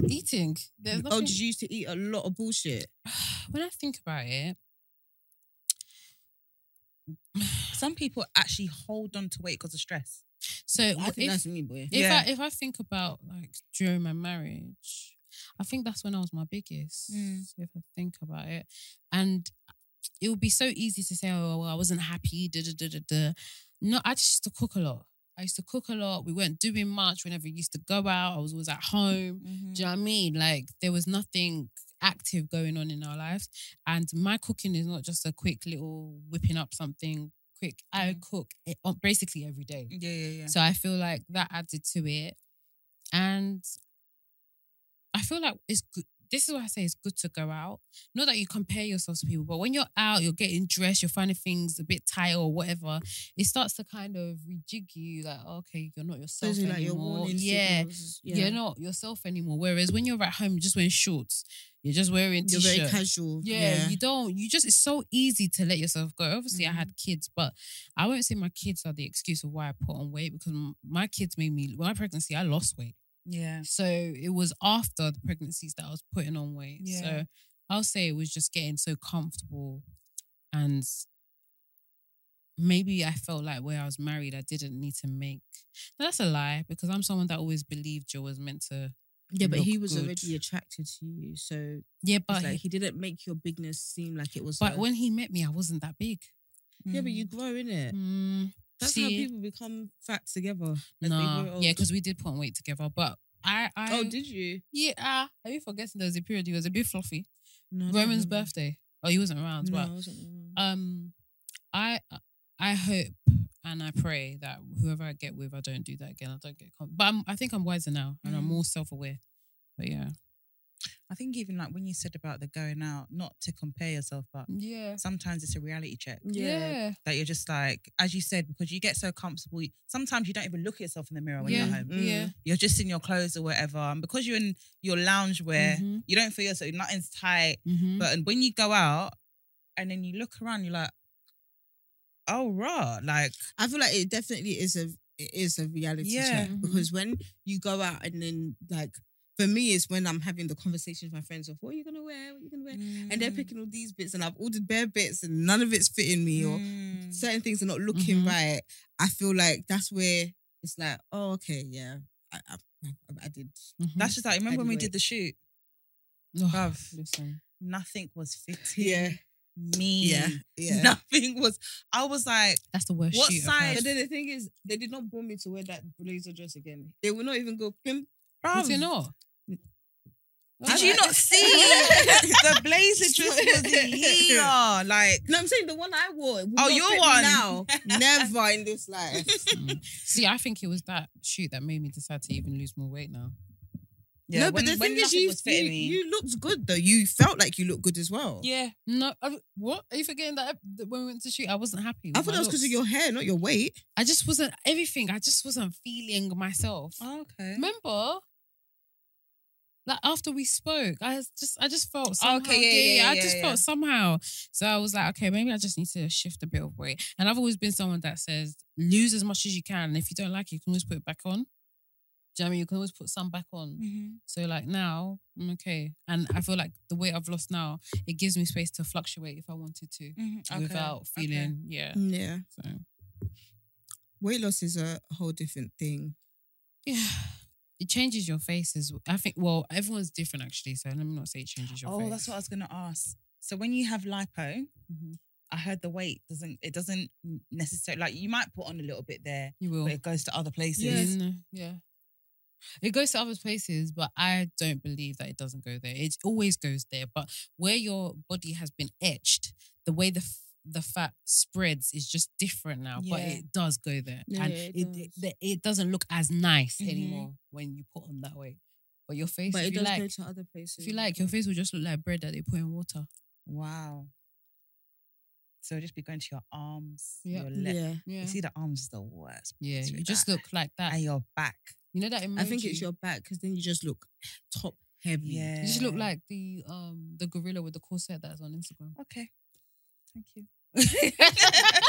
eating? There's
Oh,
nothing.
did you used to eat a lot of bullshit?
when I think about it,
Some people actually hold on to weight because of stress.
so if
me, boy.
if
yeah.
I if I think about like during my marriage, I think that's when I was my biggest.
Mm.
If I think about it, and it would be so easy to say, oh, well, I wasn't happy. Da, da, da, da, da. No, I just used to cook a lot. I used to cook a lot. We weren't doing much. We never used to go out. I was always at home. Do you know what I mean? Like there was nothing active going on in our lives. And my cooking is not just a quick little whipping up something quick. I cook it on basically every day.
Yeah, yeah, Mm, yeah.
So I feel like that added to it. And I feel like it's good. This is why I say it's good to go out. Not that you compare yourself to people, but when you're out, you're getting dressed, you're finding things a bit tight or whatever, it starts to kind of rejig you like, "Oh, okay, you're not yourself
Those are
anymore.
like your warning
yeah,
signals.
you're not yourself anymore. Whereas when you're at home, you're just wearing shorts, you're just wearing
You're
t-shirts.
very casual.
Yeah, you don't. You just it's so easy to let yourself go. Obviously, I had
Mm-hmm.
kids, but I won't say my kids are the excuse of why I put on weight because m- my kids made me. When I pregnancy, I lost weight,
Yeah.
so it was after the pregnancies that I was putting on weight.
Yeah.
So I'll say it was just getting so comfortable, and maybe I felt like where I was married, I didn't need to make. No, that's a lie because I'm someone that always believed you was meant to.
Yeah, but
look
he was
good.
already attracted to you, so it's
Yeah, but
like
he,
he didn't make your bigness seem like it was.
but
a-
when he met me, I wasn't that big.
yeah, but you grow in it.
Mm.
That's how
See?
people become fat together. as they
No,
grow
yeah,
old.
because we did put on weight together, but I, I,
oh, did you?
yeah, are you forgetting there was a period he was a bit fluffy?
No, I don't
Roman's
remember.
birthday. Oh, he wasn't around,
No,
but
I wasn't around.
um, I, I hope and I pray that whoever I get with, I don't do that again. I don't get, com- but I'm, I think I'm wiser now and I'm
Mm.
more self aware. But yeah,
I think even like when you said about the going out, not to compare yourself, but
Mm.
yeah,
sometimes it's a reality check.
yeah,
That you're just like, as you said, because you get so comfortable, you- sometimes you don't even look at yourself in the mirror when
yeah,
you're home.
yeah.
mm.
You're just in your clothes or whatever. And because you're in your lounge wear,
Mm-hmm.
Mhm,
you don't feel yourself, nothing's tight.
Mm.
mhm.
But and when you go out and then you look around, you're like, oh, rah. Like,
I feel like it definitely is a it is a reality
Yeah. mm-hmm.
check because when you go out and then like for me it's when I'm having the conversation with my friends of what are you gonna wear, what are you gonna wear, and
mm, Mm-hmm.
they're picking all these bits and I've ordered bare bits and none of it's fitting me or
Mm. Mm-hmm.
certain things are not looking
Mhm.
right. I feel like that's where it's like oh okay yeah I I, I, I did
Mhm.
That's just like, remember when we
Anyway.
did the shoot?
mm-hmm. Ugh,
bruv.
listen.
Nothing was <laughs> fitting
yeah
me.
yeah
<laughs>
yeah.
Nothing was. I was like,
That's the worst.
What
shoot I've
size-
had.
But then the thing is, they did not want me to wear that blazer dress again. They will not even go. "Kim,
Was it not?
did you not see <laughs> the
<laughs>
blazer dress was here? Like,
No, I'm saying the one I wore.
Oh,
would not
your
fit me
one.
now. Never in this life.
Mm. See, I think it was that shoot that made me decide to even lose more weight now.
yeah,
no, but the thing is,
nothing
you,
was fitting
you,
me.
you looked good though. You felt like you looked good as well.
yeah,
No, I, what? Are you forgetting that ep- that when we went to shoot, I wasn't happy.
I
with
thought
my
that was because of
looks.
your hair, not your weight.
I just wasn't everything. I just wasn't feeling myself.
Oh, okay.
Remember? Like after we spoke, I was just I just felt somehow.
Oh, yeah, yeah,
I
yeah,
just
yeah.
felt somehow. So I was like, okay, maybe I just need to shift a bit of weight. And I've always been someone that says lose as much as you can. And if you don't like it, you can always put it back on. Do you know what I mean? You can always put some back on.
Mm. Mm-hmm,
So like now, I'm okay. And I feel like the weight I've lost now, it gives me space to fluctuate if I wanted to without
mm-hmm, okay. Mm.
feeling, yeah.
Mm, Yeah.
So
Weight loss is a whole different thing.
yeah. It changes your face as I think well, everyone's different actually, so let me not say it changes your
Oh,
face.
that's what I was gonna ask. So when you have lipo,
Mm-hmm.
Mhm.
I heard the weight doesn't. It doesn't necessarily like you might put on a little bit there,
you will.
but it goes to other places.
Yeah. yeah. It goes to other places, but I don't believe that it doesn't go there. It always goes there. But where your body has been etched, the way the f- the fat spreads is just different now. But
Yeah.
it does go there,
Yeah,
and
yeah,
it
it
it,
does. Mm-hmm.
the- it doesn't look as nice
Mhm.
anymore when you put on that weight. But your face,
but
if
it
you
does
like,
go to other places.
if you like, your face will just look like bread that they put in water.
Wow. So it'll just be going to your arms,
Yeah.
your legs.
yeah.
Yeah,
You see, the arms is the worst.
yeah.
It's
You
really
just
bad.
look like that.
and your back.
You know that emoji.
I think it's your back because then you just look top heavy.
You just look like the um the gorilla with the corset that's on Instagram. Oh,
Okay. Thank
<laughs>
you.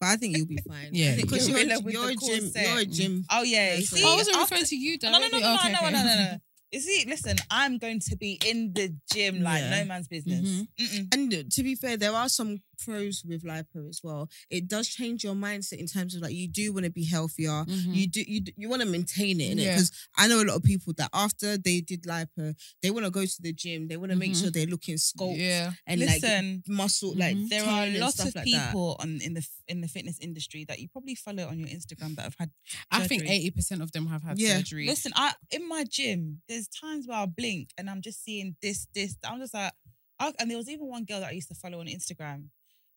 But I think you'll be fine.
Yeah.
<laughs> because you're,
Gorilla
a-
with
you're
the
a gym.
corset.
You're a gym.
oh yeah.
That's
See,
Oh, I wasn't
after-
referring to you,
No, no, no,
directly.
no, no,
Okay,
no,
okay.
no, no,
<laughs>
no. You see, listen, I'm going to be in the gym like
Yeah. Mm-hmm.
no man's business.
Mhm.
Mm-mm.
And to uh, be fair, there are some pros with lipo as well. It does change your mindset in terms of like you do want to be healthier.
Mhm.
You do you d- you want to maintain it,
Yeah.
Because I know a lot of people that after they did lipo, they want to go to the gym. They want to make
Mhm.
sure they're looking sculpted
yeah.
and like
Listen,
muscle, like
Mhm.
there are
toned and
lots
stuff
of
like that.
people on in the f- in the fitness industry that you probably follow on your Instagram that have had.
I think
surgery.
eighty percent of them have had
Yeah.
surgery.
Listen, I in my gym, there's times where I blink and I'm just seeing this, this. I'm just like, I, and there was even one girl that I used to follow on Instagram.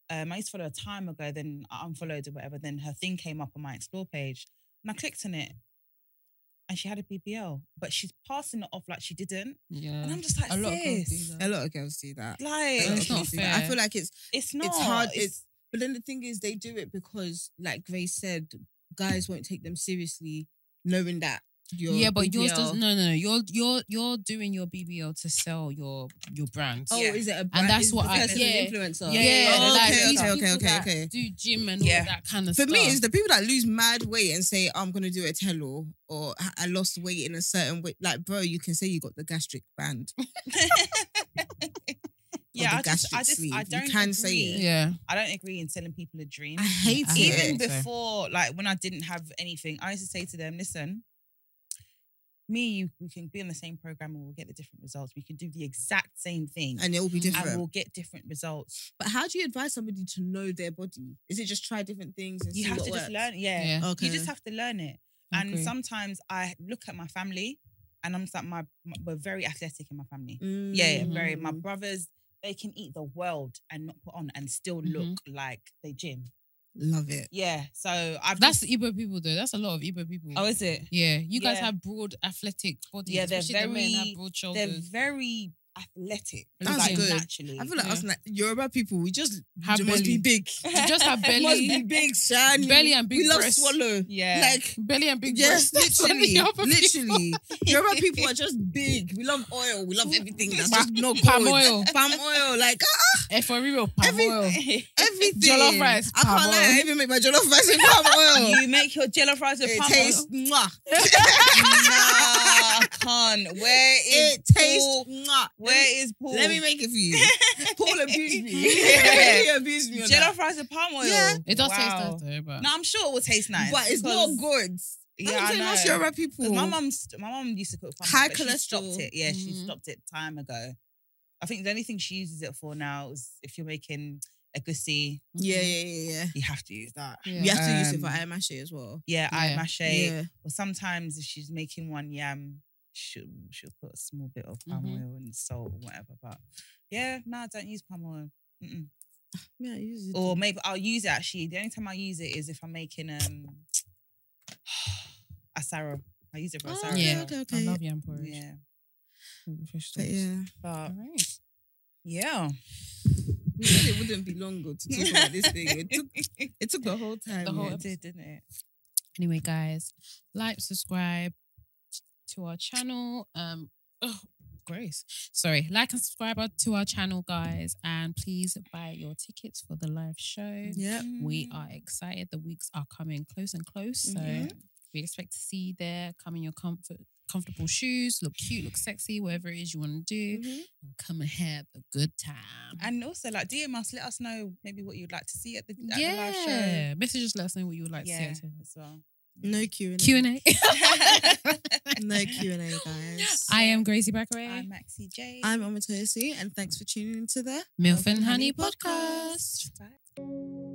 Um, I used to follow a time ago, then I unfollowed or whatever. Then her thing came up on my explore page, and I clicked on it, and she had a BBL, but she's passing it off like she didn't,
yeah,
and I'm just like,
a lot of girls do
sis,
that.
A Mm. lot of girls do that.
like
A lot of
it's
it's,
not
girls do that. I
fair.
feel like it's
not,
hard, it's- But then the thing is, they do it because, like Grace said, guys won't take them seriously, knowing that you're.
yeah, but yours
BBL.
doesn't. No, no, no. You're you're you're doing your BBL to sell your your brand.
Oh,
Yeah.
is it a brand?
that's
is it
what
the
I-
person an
yeah.
influencer.
Yeah, yeah, yeah.
Oh,
like
okay,
these
okay,
people
okay, okay,
that
okay.
do gym and
Yeah.
all that kind of
For
stuff.
me, it's the people that lose mad weight and say, "Oh, "I'm gonna do a tell-all," or "I- "I lost weight in a certain way." Like, bro, you can say you got the gastric
<laughs>
band. <laughs>
yeah,
the
I just, I
gastric
just,
sleeve.
I
You
don't
can say
agree.
it.
yeah.
I don't agree in selling people a dream.
I hate
I
it.
hate
Even
it.
before, like when I didn't have anything, I used to say to them, "Listen, me, you, we can be on the same program and we'll get the different results. We can do the exact same thing."
and it will be
And
different.
And we'll get different results.
but how do you advise somebody to know their body? Is it just try different things and
You
see
have
what
to just
works?
learn. Yeah.
Yeah.
Okay.
You just have to learn it.
I
and
agree.
sometimes I look at my family and I'm just like, my, my we're very athletic in my family.
Mm.
Yeah, yeah, very. My brothers, they can eat the world and not put on and still
Mhm.
look like they gym.
love it.
Yeah. So I've
That's
just-
Igbo people though. That's a lot of Igbo people.
oh, is it?
yeah, you guys
Yeah.
have broad athletic bodies.
Yeah, they're
especially the men
very-
have broad
They're
shoulders.
very athletic.
That's
like,
good.
Naturally.
I feel like us
Yeah.
na- Yoruba people, we just
Have
you must be
belly.
big.
<laughs>
You just have
Must be
belly,
big, shiny.
belly and big
we love
breasts.
swallow.
yeah.
Like
belly and
<laughs>
big
<laughs>
breasts.
yes,
That's what
literally,
the other people-
literally. Yoruba people are just big. We love oil. We love everything. That's just no good.
<laughs> Palm oil,
<laughs>
Palm oil, like ah,
Eh, for real, palm
Every-
oil.
everything.
Jollof rice,
I can't
palm
lie. I
oil.
even make my jollof rice in palm
<laughs>
oil.
you make your jello fries with
it
palm oil?
tastes mwah.
Nah, I can't.
<laughs>
Where is
It tastes
Paul?
mwah. Let me-
Where is Paul?
Let me make it for
<laughs>
you. Paul abused me. <laughs>
Yeah.
he abused me. on
jello
that.
fries with palm oil.
Yeah.
It does
Wow.
taste nice though, but
No, I'm sure it will taste nice.
but it's
because-
not good.
Yeah,
I'm
I
saying
know.
us Yoruba
'Cause
people.
My mum's my mum used to cook palm
High
oil, but She stopped
cholesterol. Mm-hmm.
it. Yeah, she
Mhm.
stopped it time ago. I think the only thing she uses it for now is if you're making egusi,
Yeah, yeah, yeah, yeah.
you have to use that.
Yeah.
You have to use it for
Um,
ayamashi as well.
Yeah, I
Yeah.
mache.
Yeah.
Or sometimes if she's making one yam, she'll she'll put a small bit of palm
Mhm.
Mm-hmm.
oil and salt or whatever. But yeah, no, I don't use palm oil. Mm-mm.
Yeah, use it.
Or maybe I'll use it actually. The only time I use it is if I'm making um <sighs> asaro. I use it for
Oh,
asaro.
yeah.
okay,
I
okay.
love yam porridge.
Yeah.
But yeah.
But
Mm-hmm.
Alright.
yeah.
We said it wouldn't be long ago to talk about this thing. It took, <laughs>
<laughs>
it took the whole time.
The whole
yeah.
it did, didn't it?
Anyway, guys, like, subscribe to our channel. Um, <sighs> oh, Grace, sorry, like and subscribe our- to our channel, guys, and please buy your tickets for the live show.
yeah.
We
Mm-hmm.
are excited. The weeks are coming close and close, so
Mhm.
we expect to see you there. Come in your comfort, comfortable shoes. Look cute. Look sexy. Whatever it is you want to do, come and have a good time.
And also like DM us, let us know maybe what you'd like to see at the, at the live show.
yeah, message us. Let us know what you would like
Yeah,
to see.
as
<laughs>
well. <laughs>
No Q and
Q and A.
No Q and A, guys.
<laughs> I am Gracie Baccaray.
I'm Maxi J.
I'm Omatoyosi, and thanks for tuning into the
Milf and Honey Podcast.
Bye.